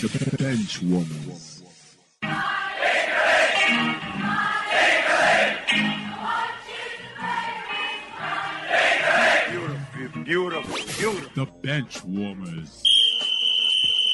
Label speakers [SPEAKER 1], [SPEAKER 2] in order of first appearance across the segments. [SPEAKER 1] The bench woman.
[SPEAKER 2] Beautiful, beautiful, beautiful.
[SPEAKER 1] The bench warmers.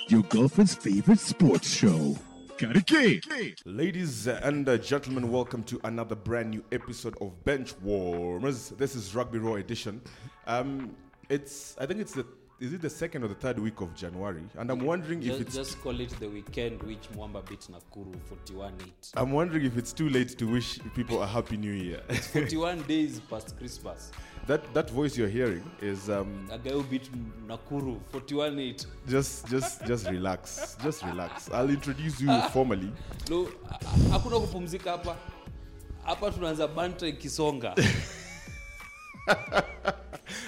[SPEAKER 1] Your girlfriend's favorite sports show. Gotta get it.
[SPEAKER 3] Ladies and uh, gentlemen, welcome to another brand new episode of Bench Warmers. This is Rugby Raw edition. Um, it's I think it's the is it the second or the third week of January, and I'm wondering if
[SPEAKER 4] just,
[SPEAKER 3] it's
[SPEAKER 4] just call it the weekend which Mwamba beat Nakuru 41-8.
[SPEAKER 3] I'm wondering if it's too late to wish people a happy new year.
[SPEAKER 4] 41 days past Christmas.
[SPEAKER 3] that that voice you're hearing is um,
[SPEAKER 4] A guy who beat Nakuru 41-8.
[SPEAKER 3] just just just relax, just relax. I'll introduce
[SPEAKER 4] Ah.
[SPEAKER 3] you formally.
[SPEAKER 4] Lo, ha- hakuna kupumzika hapa. Hapa tunaanza banta ikisonga.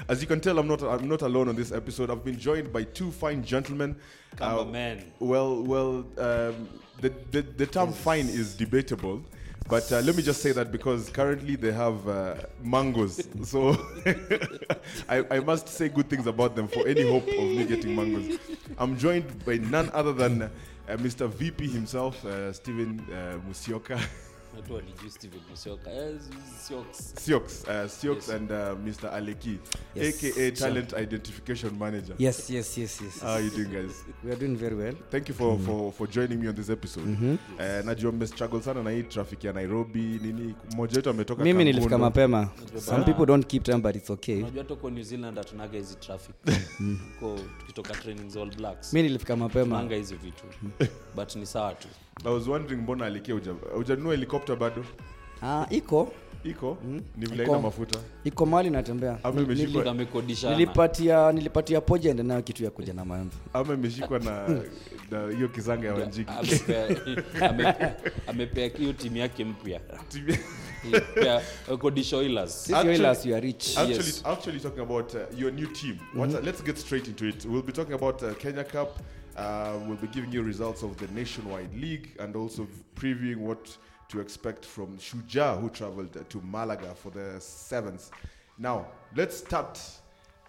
[SPEAKER 3] As you can tell, I'm not I'm not alone on this episode. I've been joined by two fine gentlemen. Uh,
[SPEAKER 4] Come on, man.
[SPEAKER 3] Well, well, um, the, the the term fine is debatable, but uh, let me just say that because currently they have uh, mangoes, so I, I must say good things about them for any hope of me getting mangoes. I'm joined by none other than uh, Mr. VP himself, uh, Stephen uh, Musioka.
[SPEAKER 4] Watu walijua Steven Musyoka. Yes, Sioks.
[SPEAKER 3] Sioks, uh, Sioks and uh, Mr. Aleki,
[SPEAKER 5] Yes.
[SPEAKER 3] aka Talent Identification Manager.
[SPEAKER 5] Yes, yes, yes, yes.
[SPEAKER 3] How are Ah, you doing, guys?
[SPEAKER 5] we are doing very well.
[SPEAKER 3] Thank you
[SPEAKER 5] Mm-hmm.
[SPEAKER 3] for, for, for joining me on this episode. Eh, najua mmestruggle sana na hii traffic ya Nairobi nini. Mmoja wetu ametoka
[SPEAKER 5] mimi
[SPEAKER 3] Kangundo.
[SPEAKER 5] nilifika mapema some people don't keep time but it's okay
[SPEAKER 4] Unajua toko New Zealand hatunaga hizi traffic. Huko tukitoka trainings all blacks.
[SPEAKER 5] mi nilifika mapema
[SPEAKER 4] Manga hizi vitu. But ni sawa tu.
[SPEAKER 3] I was wondering mbona alikia hujanunua helicopter bado
[SPEAKER 5] ah, iko
[SPEAKER 3] iko ni vile haina
[SPEAKER 5] Mm-hmm. Iko.
[SPEAKER 3] mafuta
[SPEAKER 5] iko mali natembea
[SPEAKER 3] ama
[SPEAKER 4] Nili
[SPEAKER 3] imeshikwa
[SPEAKER 4] amekodishana.
[SPEAKER 5] nilipatia nilipatia pojend nayo kitu ya kuja na mambo
[SPEAKER 3] ama imeshikwa na na hiyo kizanga ya wanjiki
[SPEAKER 4] Amepea- amepea- amepea hiyo timu yake mpya uh, Pea- kodisha Oilers.
[SPEAKER 5] sisi
[SPEAKER 3] Actually-
[SPEAKER 5] Oilers, you are rich
[SPEAKER 3] Actually,
[SPEAKER 4] Yes.
[SPEAKER 3] actually talking about uh, your new team. What, uh, let's get straight into it. We'll be talking about uh, Kenya Cup. Uh, we'll be giving you results of the nationwide league and also previewing what to expect from Shuja, who traveled uh, to Malaga for the sevens. Now, let's start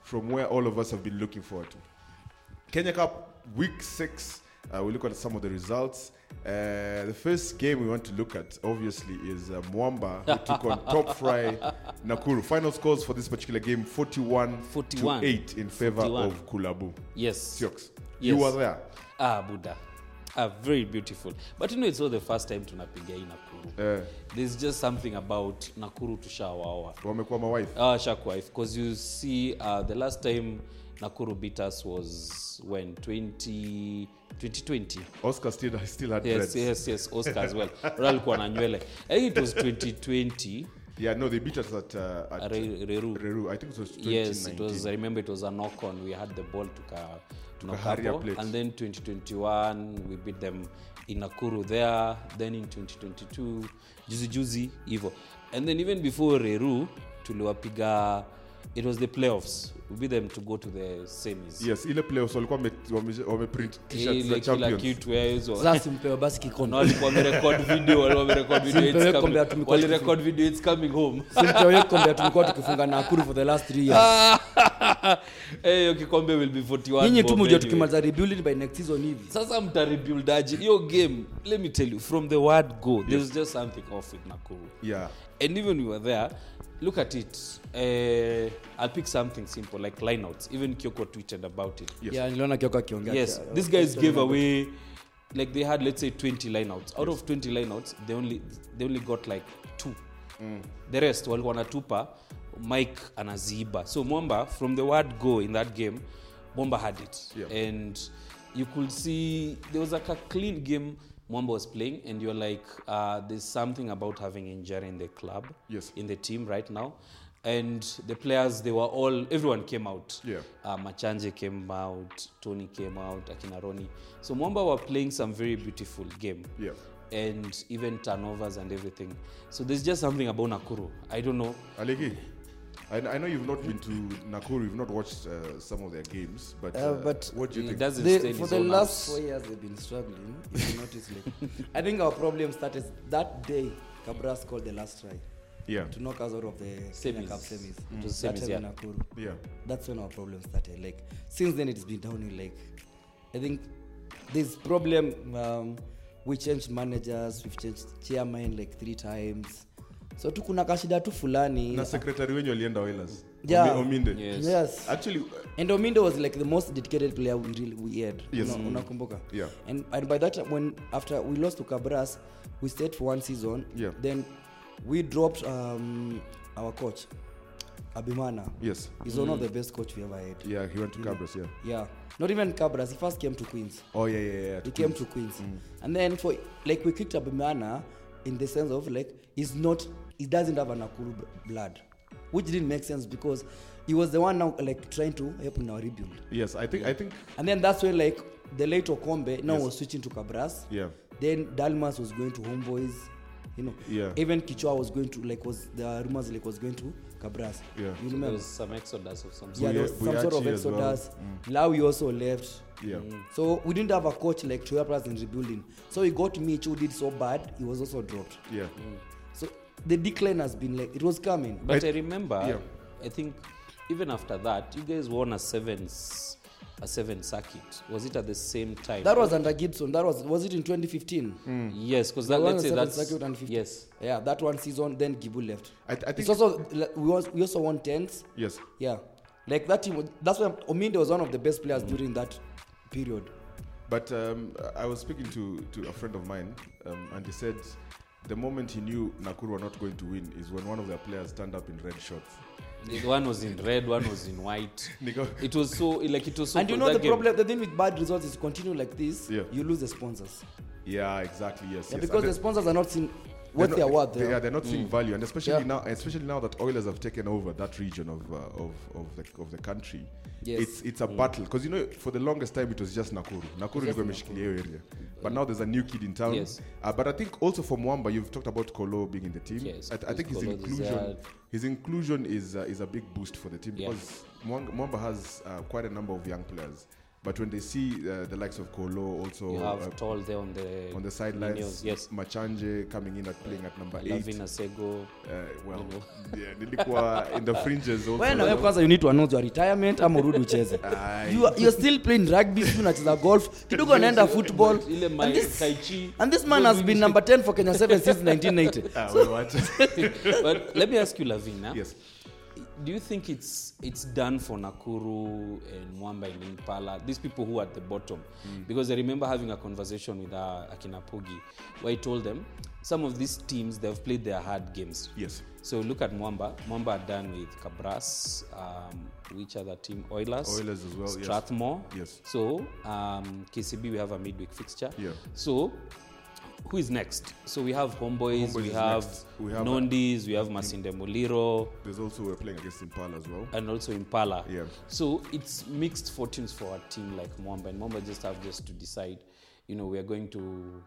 [SPEAKER 3] from where all of us have been looking forward to. Kenya Cup Week Six. Uh, we look at some of the results. Uh, the first game we want to look at, obviously, is uh, Mwamba who took on Top Fry Nakuru. Final scores for this particular game: 41,
[SPEAKER 4] 41.
[SPEAKER 3] to 8 in favor
[SPEAKER 4] 41.
[SPEAKER 3] of Kulabu.
[SPEAKER 4] Yes.
[SPEAKER 3] Siox, you
[SPEAKER 4] Yes.
[SPEAKER 3] were there.
[SPEAKER 4] Ah, Buddha. Ah, very beautiful. But you know, it's not the first time tunapiga hii Nakuru.
[SPEAKER 3] Eh.
[SPEAKER 4] There's just something about Nakuru tushawawa.
[SPEAKER 3] Wamekuwa my wife.
[SPEAKER 4] Ah, Shakwife, because you see, uh, the last time Nakuru beat us was when 20, 2020.
[SPEAKER 3] Oscar still still had
[SPEAKER 4] Yes,
[SPEAKER 3] dreads.
[SPEAKER 4] yes, yes, Oscar as well. Ro alikuwa na nywele. Eh, it was 2020.
[SPEAKER 3] Yeah, no, they beat us at, uh, at
[SPEAKER 4] Re- Reru.
[SPEAKER 3] Reru. I think it was 2019.
[SPEAKER 4] yes it was i remember it was a knock on we had the ball tuka
[SPEAKER 3] hurry up
[SPEAKER 4] tunacapo
[SPEAKER 3] late.
[SPEAKER 4] and then 2021 we beat them in nakuru there then in 2022 juzi juzi hivo and then even before reru tuliwapiga it was the playoffs we beat them to go to the semis
[SPEAKER 3] Yes, ile playoffs walikuwa wame- wame- wameprint t-shirts za
[SPEAKER 4] ile kila
[SPEAKER 3] champions.
[SPEAKER 4] kitu eh, hizo
[SPEAKER 5] sasa mpewa basi
[SPEAKER 4] Na
[SPEAKER 5] kikondo
[SPEAKER 4] walikuwa wamerecord video walikuwa wamerecord video it's
[SPEAKER 5] Simpewe
[SPEAKER 4] coming-
[SPEAKER 5] kombe atumikwa
[SPEAKER 4] walirecord video it's coming home
[SPEAKER 5] simpewa kombe tulikuwa tukifunga na Nakuru for the last 3 years
[SPEAKER 4] Eh, hiyo kikombe will be
[SPEAKER 3] Ah,
[SPEAKER 4] 41
[SPEAKER 5] nyinyi tu
[SPEAKER 4] bob
[SPEAKER 5] mjua
[SPEAKER 4] anyway.
[SPEAKER 5] tukimaliza rebuilding by next season hivi
[SPEAKER 4] sasa mtarebuildaji hiyo game let me tell you from the word go yes. there's just something off with nakuru
[SPEAKER 3] Yeah.
[SPEAKER 4] and even we were there look at it uh, i'll pick something simple like lineouts even kioko tweeted about it
[SPEAKER 3] Yes.
[SPEAKER 5] yeah niliona kioko akiongea
[SPEAKER 4] yes these guys gave away like they had let's say 20 lineouts out of 20 lineouts they only they only got like two
[SPEAKER 3] Mm.
[SPEAKER 4] the rest walikuwa wanatupa mike anaziiba so mwamba from the word go in that game mwamba had it
[SPEAKER 3] Yeah.
[SPEAKER 4] and you could see there was like a clean game mwamba was playing and you're like uh, there's something about having injury in the club
[SPEAKER 3] Yes.
[SPEAKER 4] in the team right now and the players they were all everyone came out
[SPEAKER 3] Yeah.
[SPEAKER 4] uh, machanje came out tony came out akina roni so mwamba were playing some very beautiful game
[SPEAKER 3] Yeah.
[SPEAKER 4] and even turnovers and everything so there's just something about nakuru i don't know
[SPEAKER 3] Aleki, I, I know you've not been to Nakuru, you've not watched uh, some of their games, but,
[SPEAKER 5] Uh,
[SPEAKER 3] uh,
[SPEAKER 5] but
[SPEAKER 3] what do you
[SPEAKER 4] it
[SPEAKER 3] think?
[SPEAKER 4] doesn't
[SPEAKER 5] They,
[SPEAKER 4] stay in
[SPEAKER 5] for
[SPEAKER 4] his
[SPEAKER 5] the
[SPEAKER 4] own
[SPEAKER 5] last
[SPEAKER 4] house.
[SPEAKER 5] four years they've been struggling. If you notice, like, I think our problem started that day. Cabras called the last try.
[SPEAKER 3] Yeah.
[SPEAKER 5] to knock us out of the Kenya
[SPEAKER 4] Semis.
[SPEAKER 5] Cup semis.
[SPEAKER 4] It was
[SPEAKER 5] That
[SPEAKER 4] semis,
[SPEAKER 5] time
[SPEAKER 4] yeah.
[SPEAKER 5] in Nakuru.
[SPEAKER 3] Yeah.
[SPEAKER 5] That's when our problem started. Like since then, it's been downhill. Like I think this problem. Um, we changed managers, we've changed chairman like three times. So tu kuna kashida tu fulani.
[SPEAKER 3] na secretary wenyu alienda Oilers.
[SPEAKER 5] Yeah.
[SPEAKER 3] Omi- ominde
[SPEAKER 4] Yes.
[SPEAKER 5] Yes.
[SPEAKER 3] actually uh,
[SPEAKER 5] And Omindo was like the most dedicated player we really we had.
[SPEAKER 3] Yes. Mm.
[SPEAKER 5] Una- Unakumbuka?
[SPEAKER 3] Yeah.
[SPEAKER 5] And and by that time when after we lost to Cabras, we stayed for one season.
[SPEAKER 3] Yeah.
[SPEAKER 5] Then we dropped um, our coach, Abimana.
[SPEAKER 3] yes Mm.
[SPEAKER 5] He's one of the best coach we ever had.
[SPEAKER 3] yeah he went to Cabras yeah
[SPEAKER 5] Yeah. Not even Cabras. He first came to Queens.
[SPEAKER 3] oh yeah yeah yeah
[SPEAKER 5] He came to Queens.
[SPEAKER 3] Mm.
[SPEAKER 5] And then for like we kicked Abimana in the sense of like he's not he doesn't have an Nakuru b- blood. Which didn't make sense because he was the one now like trying to help in our rebuild.
[SPEAKER 3] yes I think I think
[SPEAKER 5] And then that's when like the late Okombe now was switching to Cabras.
[SPEAKER 3] Yeah.
[SPEAKER 5] Then Dalmas was going to Homeboys. You know.
[SPEAKER 3] Yeah.
[SPEAKER 5] Even Kichwa was going to like was the rumors like was going to Cabras.
[SPEAKER 3] Yeah.
[SPEAKER 5] You
[SPEAKER 4] There
[SPEAKER 5] remember?
[SPEAKER 4] was some exodus of some sort.
[SPEAKER 5] yeah, there was some sort of
[SPEAKER 3] Buyachi as well. Mm.
[SPEAKER 5] exodus. Lawi also left.
[SPEAKER 3] yeah
[SPEAKER 4] Mm.
[SPEAKER 5] So we didn't have a coach like to help us in rebuilding. So he got Mitch who did so bad, he was also dropped.
[SPEAKER 3] yeah
[SPEAKER 4] Mm.
[SPEAKER 5] So the decline has been like it was coming.
[SPEAKER 4] But I, remember,
[SPEAKER 3] Yeah.
[SPEAKER 4] I think even after that, you guys won a sevens, a seven circuit. Was it at the same time?
[SPEAKER 5] That was under Gibson. That was was it in 2015?
[SPEAKER 4] yes, because that
[SPEAKER 5] We won
[SPEAKER 4] Mm. let's
[SPEAKER 5] the
[SPEAKER 4] say
[SPEAKER 5] seven
[SPEAKER 4] that's
[SPEAKER 5] circuit and 15.
[SPEAKER 4] yes.
[SPEAKER 5] Yeah, that one season. Then Gibu left.
[SPEAKER 3] I, th- I
[SPEAKER 5] It's
[SPEAKER 3] think
[SPEAKER 5] also like, we was, we also won tens.
[SPEAKER 3] yes
[SPEAKER 5] Yeah, like that team. was- That's why Ominde was one of the best players during that period.
[SPEAKER 3] But um, I was speaking to, to a friend of mine, um, and he said the moment he knew Nakuru were not going to win is when one of their players turned up in red shorts.
[SPEAKER 4] The one was in red, one was in white.
[SPEAKER 3] Nico-
[SPEAKER 4] it was so like it was so.
[SPEAKER 5] and you
[SPEAKER 4] cool.
[SPEAKER 5] know
[SPEAKER 4] That
[SPEAKER 5] the
[SPEAKER 4] game-
[SPEAKER 5] problem. The thing with bad results is continue like this.
[SPEAKER 3] Yeah.
[SPEAKER 5] you lose the sponsors.
[SPEAKER 3] Yeah, exactly. Yes.
[SPEAKER 5] Yeah,
[SPEAKER 3] yes. And
[SPEAKER 5] because the
[SPEAKER 3] they-
[SPEAKER 5] sponsors are not seeing what
[SPEAKER 3] they're
[SPEAKER 5] they are
[SPEAKER 3] not-
[SPEAKER 5] worth.
[SPEAKER 3] They,
[SPEAKER 5] yeah.
[SPEAKER 3] yeah, they're not seeing value, and especially
[SPEAKER 5] Yeah.
[SPEAKER 3] now, especially now that Oilers have taken over that region of uh, of of the, of the country.
[SPEAKER 5] Yes.
[SPEAKER 3] It's it's a battle because you know for the longest time it was just Nakuru. Nakuru is imeshikilia hiyo area, but now there's a new kid in town.
[SPEAKER 4] Yes.
[SPEAKER 3] Uh, but I think also for Mwamba, you've talked about Kolo being in the team.
[SPEAKER 4] Yes,
[SPEAKER 3] I, I think his
[SPEAKER 4] Kolo is
[SPEAKER 3] inclusion
[SPEAKER 4] there.
[SPEAKER 3] his inclusion is uh, is a big boost for the team
[SPEAKER 4] Yeah.
[SPEAKER 3] because Mwang- Mwamba has uh, quite a number of young players. But when they see uh, the likes of Kolo also
[SPEAKER 4] you have
[SPEAKER 3] uh,
[SPEAKER 4] tall there on the
[SPEAKER 3] on the sidelines,
[SPEAKER 4] Munoz, yes,
[SPEAKER 3] Machanje coming in at playing at number eight.
[SPEAKER 4] Lavin Asego.
[SPEAKER 3] Uh, well, yeah, nilikuwa in the fringes also.
[SPEAKER 5] Wewe na wewe kwanza you need to announce your retirement ama urudi ucheze
[SPEAKER 3] Aye.
[SPEAKER 5] you are, you're still playing rugby sio unacheza golf kidogo anaenda football
[SPEAKER 4] Ile my
[SPEAKER 5] and this,
[SPEAKER 4] Tai Chi.
[SPEAKER 5] and this man has been number 10 for Kenya 7 since 1990
[SPEAKER 3] Ah, well, what?
[SPEAKER 4] but let me ask you, Lavina.
[SPEAKER 3] yes.
[SPEAKER 4] Do you think it's it's done for Nakuru and Mwamba and Impala, these people who are at the bottom?
[SPEAKER 3] Mm.
[SPEAKER 4] Because I remember having a conversation with uh, Akina Pogi where I told them some of these teams they've played their hard games.
[SPEAKER 3] Yes.
[SPEAKER 4] So look at Mwamba. Mwamba are done with Cabras, um, which other team? Oilers.
[SPEAKER 3] Oilers as well, yes.
[SPEAKER 4] Strathmore.
[SPEAKER 3] Yes.
[SPEAKER 4] So um, KCB we have a midweek fixture.
[SPEAKER 3] Yeah.
[SPEAKER 4] So who is next? So we have Homeboys,
[SPEAKER 3] Homeboys
[SPEAKER 4] we,
[SPEAKER 3] is
[SPEAKER 4] have
[SPEAKER 3] next. We have-
[SPEAKER 4] Nondis, we have Masinde Muliro
[SPEAKER 3] There's also we're playing against Impala as well.
[SPEAKER 4] and also Impala.
[SPEAKER 3] Yeah.
[SPEAKER 4] So it's mixed fortunes for a team like Mwamba, and Mwamba just have just to decide, you know, we are going to,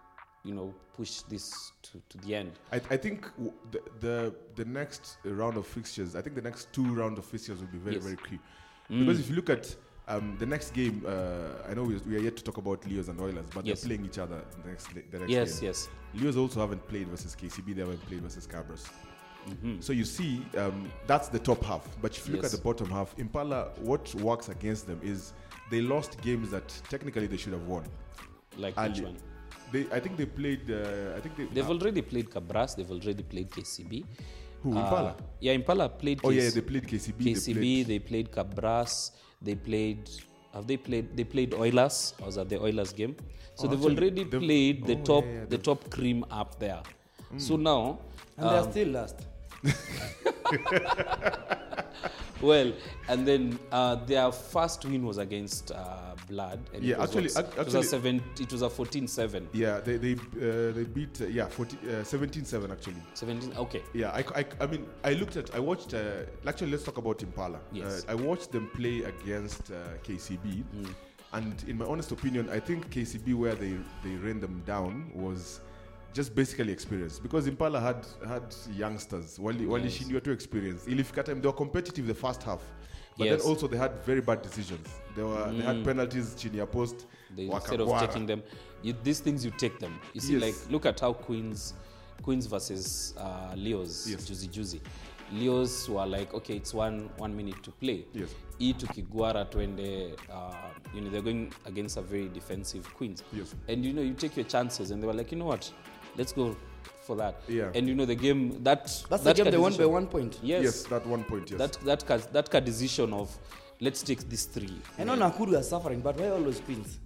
[SPEAKER 4] you know, push this to, to the end.
[SPEAKER 3] I, I think w- the, the the next round of fixtures. I think the next two round of fixtures will be very
[SPEAKER 4] Yes.
[SPEAKER 3] very key because if you look at um, the next game, uh, I know we, we are yet to talk about Leos and Oilers, but
[SPEAKER 4] Yes.
[SPEAKER 3] they're playing each other the next le- the next
[SPEAKER 4] Yes,
[SPEAKER 3] game.
[SPEAKER 4] yes.
[SPEAKER 3] Leos also haven't played versus KCB. They haven't played versus Cabras. So you see, um, that's the top half. But if you look
[SPEAKER 4] Mm-hmm. Yes.
[SPEAKER 3] at the bottom half, Impala, what works against them is they lost games that technically they should have won.
[SPEAKER 4] Like
[SPEAKER 3] early.
[SPEAKER 4] which one?
[SPEAKER 3] They, I think they played. Uh, I think they.
[SPEAKER 4] They've
[SPEAKER 3] uh,
[SPEAKER 4] already played Cabras, they've already played KCB.
[SPEAKER 3] Who, Impala?
[SPEAKER 4] Uh, Yeah, Impala played
[SPEAKER 3] oh yeah,
[SPEAKER 4] KC
[SPEAKER 3] they played KCB. They played,
[SPEAKER 4] KCB, they played Cabras, they played have they played they played Oilers? I was at the Oilers game. So
[SPEAKER 3] Oh,
[SPEAKER 4] they've
[SPEAKER 3] actually,
[SPEAKER 4] already
[SPEAKER 3] they've-
[SPEAKER 4] played the
[SPEAKER 3] oh,
[SPEAKER 4] top
[SPEAKER 3] yeah, Hmm. yeah,
[SPEAKER 4] the top cream up there. So now
[SPEAKER 5] and they are still last
[SPEAKER 4] well, and then uh, their first win was against uh, Blood. And
[SPEAKER 3] Yeah,
[SPEAKER 4] it was
[SPEAKER 3] actually-
[SPEAKER 4] what,
[SPEAKER 3] ac-
[SPEAKER 4] it was a
[SPEAKER 3] actually-
[SPEAKER 4] seven. It was a 14-7.
[SPEAKER 3] Yeah, they they uh, they beat uh, yeah 40, uh, 17-7 actually.
[SPEAKER 4] 17. Okay.
[SPEAKER 3] Yeah, I, I, I mean, I looked at, I watched, uh, actually, let's talk about Impala.
[SPEAKER 4] Yes. Mm.
[SPEAKER 3] Uh, I watched them play against uh, KCB, and in my honest opinion, I think KCB, where they, they ran them down, was just basically experience because Impala had had youngsters, wali, wali yes. to experience. Ilifika time, they were competitive the first half. But
[SPEAKER 4] Yes. Mm.
[SPEAKER 3] then also they had very bad decisions. They were they had penalties chini ya post.
[SPEAKER 4] They, instead of
[SPEAKER 3] wakakwara.
[SPEAKER 4] taking them, you, these things you take them. You see,
[SPEAKER 3] Yes.
[SPEAKER 4] like look at how Queens queens versus uh, leos
[SPEAKER 3] Yes.
[SPEAKER 4] juzi juzi leos were like okay it's one, one minute to play
[SPEAKER 3] Yes.
[SPEAKER 4] hii tukiguara twende uh, you know, they're going against a very defensive queens
[SPEAKER 3] Yes.
[SPEAKER 4] and you know you take your chances and they were like you know what let's go for that
[SPEAKER 3] Yeah.
[SPEAKER 4] and you know the game that
[SPEAKER 5] That's the
[SPEAKER 4] that
[SPEAKER 5] game they won by
[SPEAKER 4] decision-
[SPEAKER 5] one point.
[SPEAKER 4] yes,
[SPEAKER 3] yes, that one point. Yes.
[SPEAKER 4] that that ca- that ca- decision of let's take these three
[SPEAKER 5] I know Nakuru are suffering, but why always queens?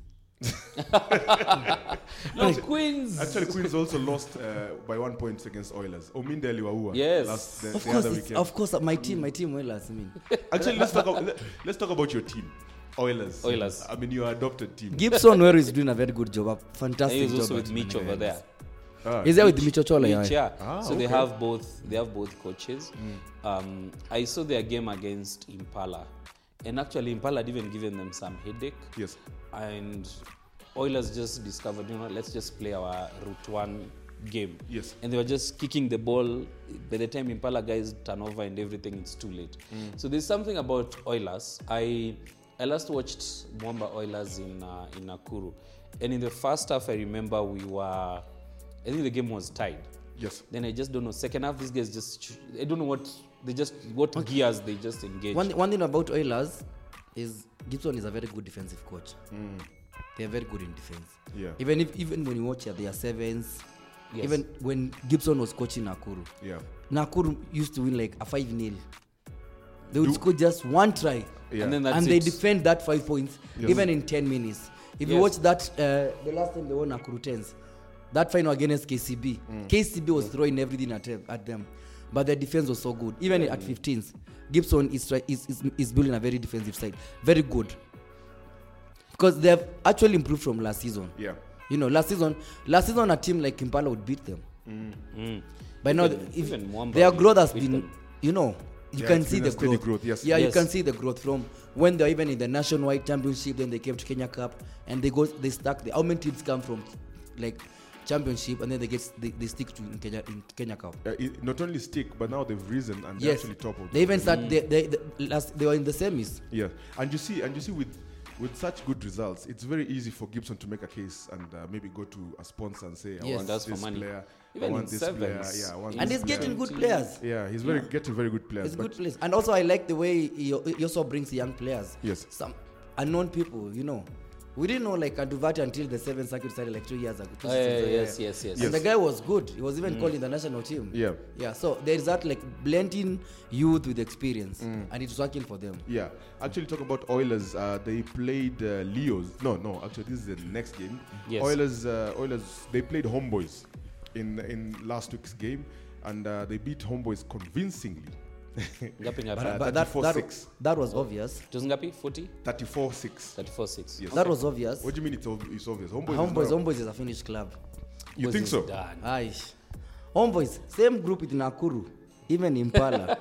[SPEAKER 4] no queens
[SPEAKER 3] Actually, Queens also lost uh, by one point against Oilers. Ominde aliwaua
[SPEAKER 4] Yes.
[SPEAKER 3] last the,
[SPEAKER 5] Of
[SPEAKER 3] the
[SPEAKER 5] course,
[SPEAKER 3] other
[SPEAKER 5] it's,
[SPEAKER 3] weekend.
[SPEAKER 5] of course, uh, my team, my team, well, I mean,
[SPEAKER 3] Actually, let's talk. About, let, let's talk about your team, Oilers.
[SPEAKER 4] Oilers.
[SPEAKER 3] I mean, your adopted team.
[SPEAKER 5] Gibson Weru is doing a very good job, a
[SPEAKER 4] And
[SPEAKER 5] fantastic
[SPEAKER 4] he was
[SPEAKER 5] job.
[SPEAKER 4] also with
[SPEAKER 5] at
[SPEAKER 4] Mitch over
[SPEAKER 5] Manila Highlands.
[SPEAKER 4] there
[SPEAKER 3] Ah,
[SPEAKER 5] Is there with Mitch Ochola?
[SPEAKER 4] Mitch, yeah.
[SPEAKER 5] Yeah.
[SPEAKER 3] Ah,
[SPEAKER 4] so they
[SPEAKER 3] okay. Hmm.
[SPEAKER 4] have both they have both coaches um, i saw their game against impala and actually impala had even given them some headache
[SPEAKER 3] yes.
[SPEAKER 4] and oilers just discovered you know let's just play our route one game
[SPEAKER 3] Yes.
[SPEAKER 4] and they were just kicking the ball by the time impala guys turn over and everything it's too late so there's something about oilers i i last watched mwamba oilers in uh, in nakuru and in the first half i remember we were i think the game was tied
[SPEAKER 3] Yes.
[SPEAKER 4] then i just don't know second half these guys just ch- i don't know what they just what gears they just engage
[SPEAKER 5] One, one thing about Oilers is Gibson is a very good defensive coach. They are very good in defense.
[SPEAKER 3] Yeah.
[SPEAKER 5] Even if even when you watch uh, their sevens,
[SPEAKER 4] Yes.
[SPEAKER 5] even when Gibson was coaching Nakuru,
[SPEAKER 3] Yeah.
[SPEAKER 5] Nakuru used to win like a five 0 They would score just one try.
[SPEAKER 3] Yeah.
[SPEAKER 4] and then that's
[SPEAKER 5] and they
[SPEAKER 4] it.
[SPEAKER 5] defend that five points
[SPEAKER 3] Yes.
[SPEAKER 5] even in 10 minutes if you
[SPEAKER 4] Yes.
[SPEAKER 5] watch that uh, the last time they won Nakuru 10s that final against KCB
[SPEAKER 3] Mm.
[SPEAKER 5] KCB was throwing everything at, at them but their defense was so good even
[SPEAKER 3] Mm.
[SPEAKER 5] at 15s Gibson is, try- is, is is building a very defensive side very good because they have actually improved from last season
[SPEAKER 3] Yeah.
[SPEAKER 5] you know last season last season a team like Impala would beat them by now
[SPEAKER 4] Even-
[SPEAKER 5] if
[SPEAKER 4] even Mwamba
[SPEAKER 5] their
[SPEAKER 4] beat-
[SPEAKER 5] growth has
[SPEAKER 4] beat
[SPEAKER 5] been
[SPEAKER 4] them.
[SPEAKER 5] you know you
[SPEAKER 3] Yeah,
[SPEAKER 5] can
[SPEAKER 3] it's
[SPEAKER 5] see
[SPEAKER 3] been
[SPEAKER 5] the
[SPEAKER 3] a steady
[SPEAKER 5] growth,
[SPEAKER 3] growth, yes.
[SPEAKER 5] yeah you
[SPEAKER 4] Yes.
[SPEAKER 5] can see the growth from when they're even in the nationwide championship then they came to kenya cup and they go they stuck there how many teams come from like championship and then they get they, they stick to in kenya in kenya cup
[SPEAKER 3] Uh, it, not only stick, but now they've risen and they're
[SPEAKER 5] yes
[SPEAKER 3] actually Mm. top of.
[SPEAKER 5] they even start they, they, the last they were in the semis
[SPEAKER 3] Yeah, and you see, and you see, with with such good results, it's very easy for Gibson to make a case and uh, maybe go to a sponsor and say, "I
[SPEAKER 5] Yes.
[SPEAKER 3] want
[SPEAKER 4] That's for
[SPEAKER 3] this
[SPEAKER 4] money.
[SPEAKER 3] player,
[SPEAKER 4] Even
[SPEAKER 3] I want
[SPEAKER 4] in
[SPEAKER 3] this
[SPEAKER 4] sevens.
[SPEAKER 3] player, yeah, I want
[SPEAKER 4] In
[SPEAKER 5] and
[SPEAKER 3] this
[SPEAKER 5] he's
[SPEAKER 3] player."
[SPEAKER 5] getting good
[SPEAKER 4] Yeah.
[SPEAKER 5] players
[SPEAKER 3] Yeah, he's very getting very good players.
[SPEAKER 5] It's
[SPEAKER 3] but
[SPEAKER 5] good players. And also, I like the way he he also brings young players.
[SPEAKER 3] Yes.
[SPEAKER 5] Some unknown people, you know. We didn't know like Aduvati until the seventh circuit started like two years ago. two
[SPEAKER 4] Uh,
[SPEAKER 5] seasons ago.
[SPEAKER 4] yes, yes, yes. Mm.
[SPEAKER 5] And the guy was good. He was even called in the national team.
[SPEAKER 3] Yeah.
[SPEAKER 5] Yeah. So there is that like blending youth with experience, and it's working for them.
[SPEAKER 3] Mm. Yeah, actually, talk about Oilers. Uh, they played uh, Leos. No, no. Actually, this is the next game.
[SPEAKER 4] Yes.
[SPEAKER 3] Oilers. Uh, Oilers. They played Homeboys in in last week's game, and uh, they beat Homeboys convincingly.
[SPEAKER 4] Gapping up.
[SPEAKER 3] Uh,
[SPEAKER 5] but that, that,
[SPEAKER 3] 34-6.
[SPEAKER 5] that was obvious.
[SPEAKER 4] It was ngapi 40
[SPEAKER 3] Thirty-four six.
[SPEAKER 4] 34 6
[SPEAKER 3] Yes.
[SPEAKER 5] That was obvious.
[SPEAKER 3] What do you mean? It's, ob- it's obvious. Homeboys. is
[SPEAKER 5] Homeboys,
[SPEAKER 3] not-
[SPEAKER 5] Homeboys is a Finnish club.
[SPEAKER 3] You think so?
[SPEAKER 4] done
[SPEAKER 5] Aye. Homeboys, same group with Nakuru, even Impala.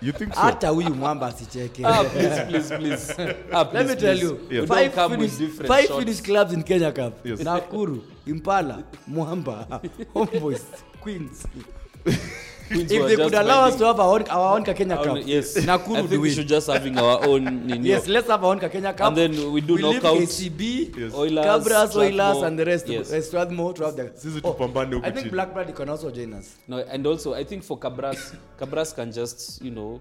[SPEAKER 3] You think so?
[SPEAKER 5] Hata huyu mwamba asicheke.
[SPEAKER 4] ah, please please please ah, please
[SPEAKER 5] Let me tell
[SPEAKER 4] please.
[SPEAKER 5] you,
[SPEAKER 4] We
[SPEAKER 5] five,
[SPEAKER 4] don't come
[SPEAKER 5] Finnish,
[SPEAKER 4] with different
[SPEAKER 5] five
[SPEAKER 4] shots.
[SPEAKER 5] Finnish clubs in Kenya Cup.
[SPEAKER 3] Yes.
[SPEAKER 5] Nakuru, Impala, Mwamba, Homeboys, Queens.
[SPEAKER 4] Queens
[SPEAKER 5] If
[SPEAKER 4] were
[SPEAKER 5] they
[SPEAKER 4] just
[SPEAKER 5] could allow us
[SPEAKER 4] binding
[SPEAKER 5] to have our own, our own Kenya
[SPEAKER 4] our
[SPEAKER 5] Cup,
[SPEAKER 4] own- yes I
[SPEAKER 5] Nakuru
[SPEAKER 4] think
[SPEAKER 5] do
[SPEAKER 4] we
[SPEAKER 5] it.
[SPEAKER 4] should just having our own ninyo.
[SPEAKER 5] Yes, let's have our own Kenya Cup.
[SPEAKER 4] And then we do
[SPEAKER 5] we leave
[SPEAKER 4] knockouts.
[SPEAKER 5] KCB,
[SPEAKER 3] Yes.
[SPEAKER 4] Oilers,
[SPEAKER 5] Cabras, Oilers,
[SPEAKER 4] Strathmore.
[SPEAKER 5] and the rest.
[SPEAKER 4] Yes.
[SPEAKER 5] uh, Strathmore to have the. Oh,
[SPEAKER 3] Sisi tupambane huku
[SPEAKER 5] I think
[SPEAKER 3] chini.
[SPEAKER 5] Black Brad can also join us.
[SPEAKER 4] no and also i think for cabras cabras can just you know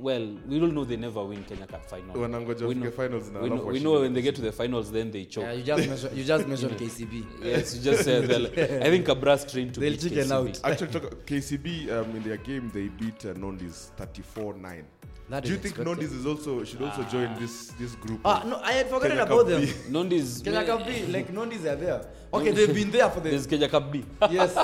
[SPEAKER 4] well we all know they never win kenya cup final
[SPEAKER 3] Wanangoja
[SPEAKER 4] we
[SPEAKER 3] wafike
[SPEAKER 4] know,
[SPEAKER 3] finals na
[SPEAKER 4] we know,
[SPEAKER 3] alafu
[SPEAKER 4] we know
[SPEAKER 3] washinde.
[SPEAKER 4] when they get to the finals then they choke
[SPEAKER 5] Yeah, you just mentioned, you just mentioned KCB.
[SPEAKER 4] yes you just said they'll- i think cabras trained to
[SPEAKER 5] They'll
[SPEAKER 4] beat
[SPEAKER 5] chicken
[SPEAKER 4] KCB.
[SPEAKER 5] out.
[SPEAKER 3] Actually, talk, KCB um, in their game they beat uh, Nondis 34-9.
[SPEAKER 5] That
[SPEAKER 3] Do you
[SPEAKER 5] is
[SPEAKER 3] think
[SPEAKER 5] expected.
[SPEAKER 3] Nondis is also should also join this this group?
[SPEAKER 5] Ah,
[SPEAKER 3] of
[SPEAKER 5] no, I had forgotten
[SPEAKER 3] Kenya Cup
[SPEAKER 5] about them.
[SPEAKER 3] B?
[SPEAKER 4] nondi's
[SPEAKER 5] Kenya Cup B, like Nondis are there. Okay, they've been there for the
[SPEAKER 4] there's kenya cup b
[SPEAKER 5] yes.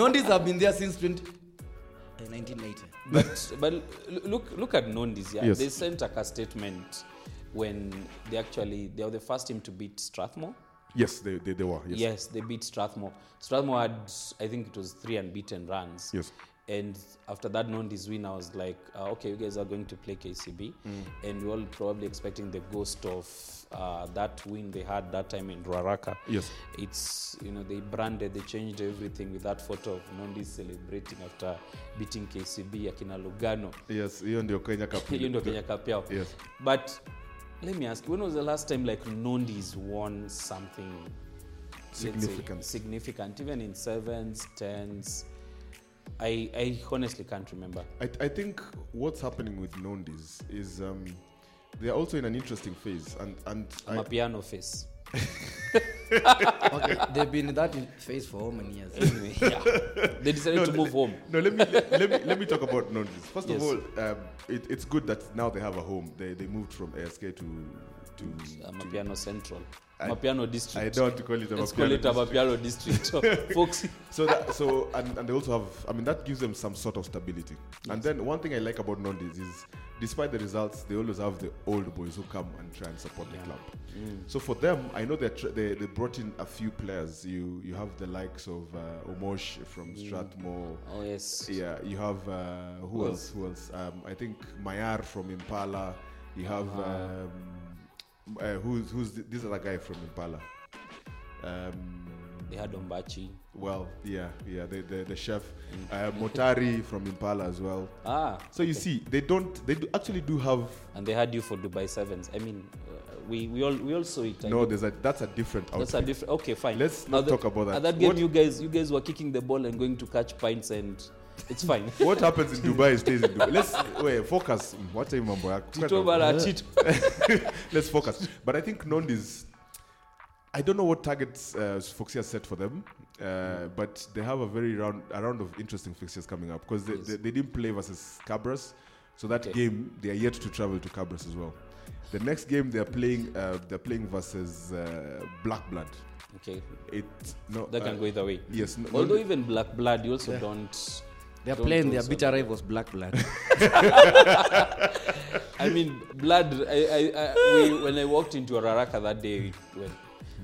[SPEAKER 5] Nondis have been there since 20, uh, 1980.
[SPEAKER 4] but but l- look look at Nondis. Yeah,
[SPEAKER 3] Yes.
[SPEAKER 4] they sent like a statement when they actually they were the first team to beat Strathmore.
[SPEAKER 3] Yes, they, they, they were. Yes.
[SPEAKER 4] Yes, they beat Strathmore. Strathmore had I think it was three unbeaten runs.
[SPEAKER 3] Yes.
[SPEAKER 4] And after that Nondis win, I was like, uh, okay, you guys are going to play KCB,
[SPEAKER 3] Mm.
[SPEAKER 4] and we all probably expecting the ghost of uh, that win they had that time in Ruaraka.
[SPEAKER 3] Yes.
[SPEAKER 4] It's you know they branded, they changed everything with that photo of Nondis celebrating after beating KCB akina Lugano.
[SPEAKER 3] Yes, hiyo ndio Kenya Cup.
[SPEAKER 4] hiyo ndio kenya cup yao
[SPEAKER 3] Yes.
[SPEAKER 4] but let me ask you, when was the last time like nondis won something let's say,
[SPEAKER 3] Significant.
[SPEAKER 4] significant even in sevens tens I, I honestly can't remember.
[SPEAKER 3] I, I think what's happening with Nondis is um, they're also in an interesting phase, and and
[SPEAKER 4] I'm a
[SPEAKER 3] I,
[SPEAKER 4] piano face.
[SPEAKER 5] They've been in that phase for how many years?
[SPEAKER 4] Anyway, yeah. They decided to move home.
[SPEAKER 3] no, let me let, let me let me talk about Nondis. First
[SPEAKER 4] Yes.
[SPEAKER 3] of all, um, it, it's good that now they have a home. They they moved from ASK to to.
[SPEAKER 4] I'm a piano Uh, central.
[SPEAKER 3] I-
[SPEAKER 4] I'm a piano
[SPEAKER 3] I
[SPEAKER 4] district.
[SPEAKER 3] don't want to call it a
[SPEAKER 4] Let's call it
[SPEAKER 3] district.
[SPEAKER 4] Amapiano district. Folks,
[SPEAKER 3] So that, so and, and they also have I mean that gives them some sort of stability. And then one thing I like about Nondis is despite the results, they always have the old boys who come and try and support the club. So for them, I know they, tr- they they brought in a few players. You you have the likes of uh, Omosh from Strathmore.
[SPEAKER 4] Oh yes.
[SPEAKER 3] Yeah, you have uh, who,
[SPEAKER 4] Who
[SPEAKER 3] else? Who else? Um, I think Mayar from Impala. You have um, uh, who's who's th- this other guy from Impala? Um,
[SPEAKER 4] They had Ombachi.
[SPEAKER 3] well, yeah, yeah, the the, the chef uh, Motari from Impala as well.
[SPEAKER 4] Ah.
[SPEAKER 3] So you see, they don't, they do actually do have.
[SPEAKER 4] And they had you for Dubai Sevens. I mean, uh, we, we all we all saw it. I
[SPEAKER 3] No,
[SPEAKER 4] mean,
[SPEAKER 3] there's a that's a different outfit.
[SPEAKER 4] that's a different. Okay, fine.
[SPEAKER 3] Let's
[SPEAKER 4] Now
[SPEAKER 3] not talk about that.
[SPEAKER 4] At that game,
[SPEAKER 3] What-
[SPEAKER 4] you guys you guys were kicking the ball and going to catch pints, and it's fine.
[SPEAKER 3] what happens in Dubai stays in Dubai. Let's wait, focus. Mm, What are you, mambo yako?
[SPEAKER 4] Tito bara Tito.
[SPEAKER 3] Let's focus. But I think Nondi's. I don't know what targets uh, Foxy has set for them, uh, but they have a very round a round of interesting fixtures coming up because they, they, they didn't play versus Cabras, so that
[SPEAKER 4] Okay.
[SPEAKER 3] game they are yet to travel to Cabras as well. The next game they are playing uh, they're playing versus uh, Black Blood.
[SPEAKER 4] Okay,
[SPEAKER 3] It no
[SPEAKER 4] that can
[SPEAKER 3] uh,
[SPEAKER 4] go either way.
[SPEAKER 3] Yes, no,
[SPEAKER 4] Although
[SPEAKER 3] no,
[SPEAKER 4] even Black Blood, you also don't.
[SPEAKER 5] They're
[SPEAKER 4] Don't
[SPEAKER 5] playing their
[SPEAKER 4] also-
[SPEAKER 5] bitter rivals, Black Blood.
[SPEAKER 4] I mean, blood. I, I, I, we, when I walked into Araraka that day, when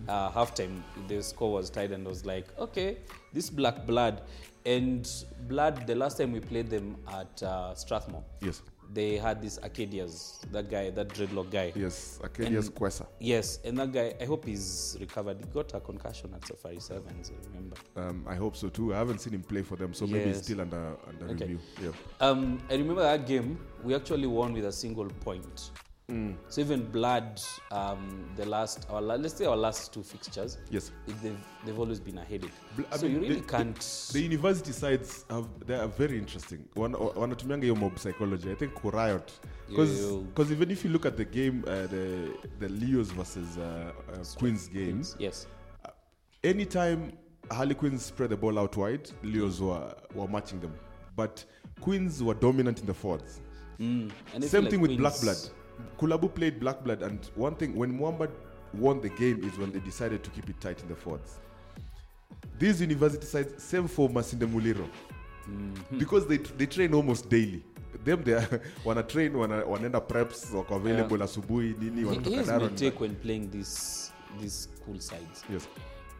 [SPEAKER 4] uh, halftime the score was tied, and I was like, okay, this black blood. And blood, the last time we played them at uh, Strathmore,
[SPEAKER 3] yes,
[SPEAKER 4] they had this Acadias, that guy, that dreadlock guy.
[SPEAKER 3] yes, Acadia's Kwesa.
[SPEAKER 4] Yes, and that guy, I hope he's recovered. He got a concussion at Safari Sevens, I remember.
[SPEAKER 3] Um, I hope so too. I haven't seen him play for them, so maybe it's
[SPEAKER 4] Yes.
[SPEAKER 3] still under under
[SPEAKER 4] Okay.
[SPEAKER 3] review. Yeah.
[SPEAKER 4] Um, I remember that game, we actually won with a single point.
[SPEAKER 3] Mm.
[SPEAKER 4] So even Blood, um, the last, our, la- let's say our last two fixtures,
[SPEAKER 3] Yes.
[SPEAKER 4] it- they've, they've always been a headache.
[SPEAKER 3] Bl- I
[SPEAKER 4] so
[SPEAKER 3] mean,
[SPEAKER 4] you really
[SPEAKER 3] the- the-
[SPEAKER 4] can't.
[SPEAKER 3] the university sides have, they are very interesting Wana- wanatumianga hiyo mob psychology i think kuriot
[SPEAKER 4] Yo.
[SPEAKER 3] because even if you look at the game uh, the, the leos versus uh, uh, queens game
[SPEAKER 4] yes.
[SPEAKER 3] anytime harley queens spread the ball out wide leos were, were matching them but queens were dominant in the forwards
[SPEAKER 4] And I feel
[SPEAKER 3] same
[SPEAKER 4] like
[SPEAKER 3] thing with black blood
[SPEAKER 4] Queens-
[SPEAKER 3] kulabu played black blood and one thing when mwamba won the game is when they decided to keep it tight in the forwards these university sides same for masinde muliro
[SPEAKER 4] Mm-hmm.
[SPEAKER 3] because they, they train almost daily them they are- wana train wana, wanaenda preps wako available asubuhi nini wanatoka
[SPEAKER 4] Here's my
[SPEAKER 3] Darren.
[SPEAKER 4] take when playing these, these cool sides.
[SPEAKER 3] yes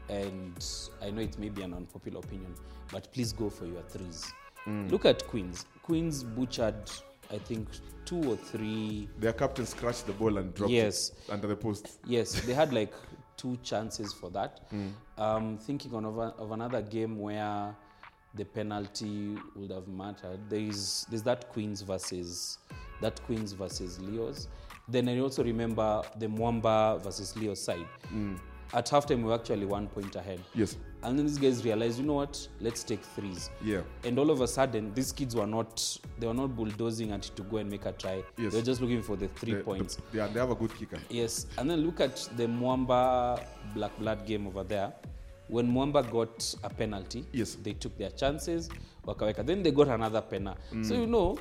[SPEAKER 4] and I know it may be an unpopular opinion, but please go for your threes. Look at Queens. Queens butchered, I think, two or three.
[SPEAKER 3] their captain scratched the ball and dropped
[SPEAKER 4] Yes.
[SPEAKER 3] it under the post
[SPEAKER 4] Yes, they had like two chances for that. Um, thinking on of, a, of another game where the penalty would have mattered. There is there's that Queens versus that Queens versus Leos. Then I also remember the Mwamba versus Leo side. At halftime, we were actually one point ahead.
[SPEAKER 3] Mm. yes
[SPEAKER 4] And then these guys realized, you know what? Let's take threes.
[SPEAKER 3] Yeah.
[SPEAKER 4] And all of a sudden, these kids were not they were not bulldozing at it to go and make a try.
[SPEAKER 3] Yes.
[SPEAKER 4] They were just looking for the three
[SPEAKER 3] The- the-
[SPEAKER 4] points.
[SPEAKER 3] yeah, they have a good kicker
[SPEAKER 4] Yes. And then look at the Mwamba Black Blood game over there. When Mwamba got a penalty,
[SPEAKER 3] Yes.
[SPEAKER 4] they took their chances, wakaweka. Then they got another penalty. So you know,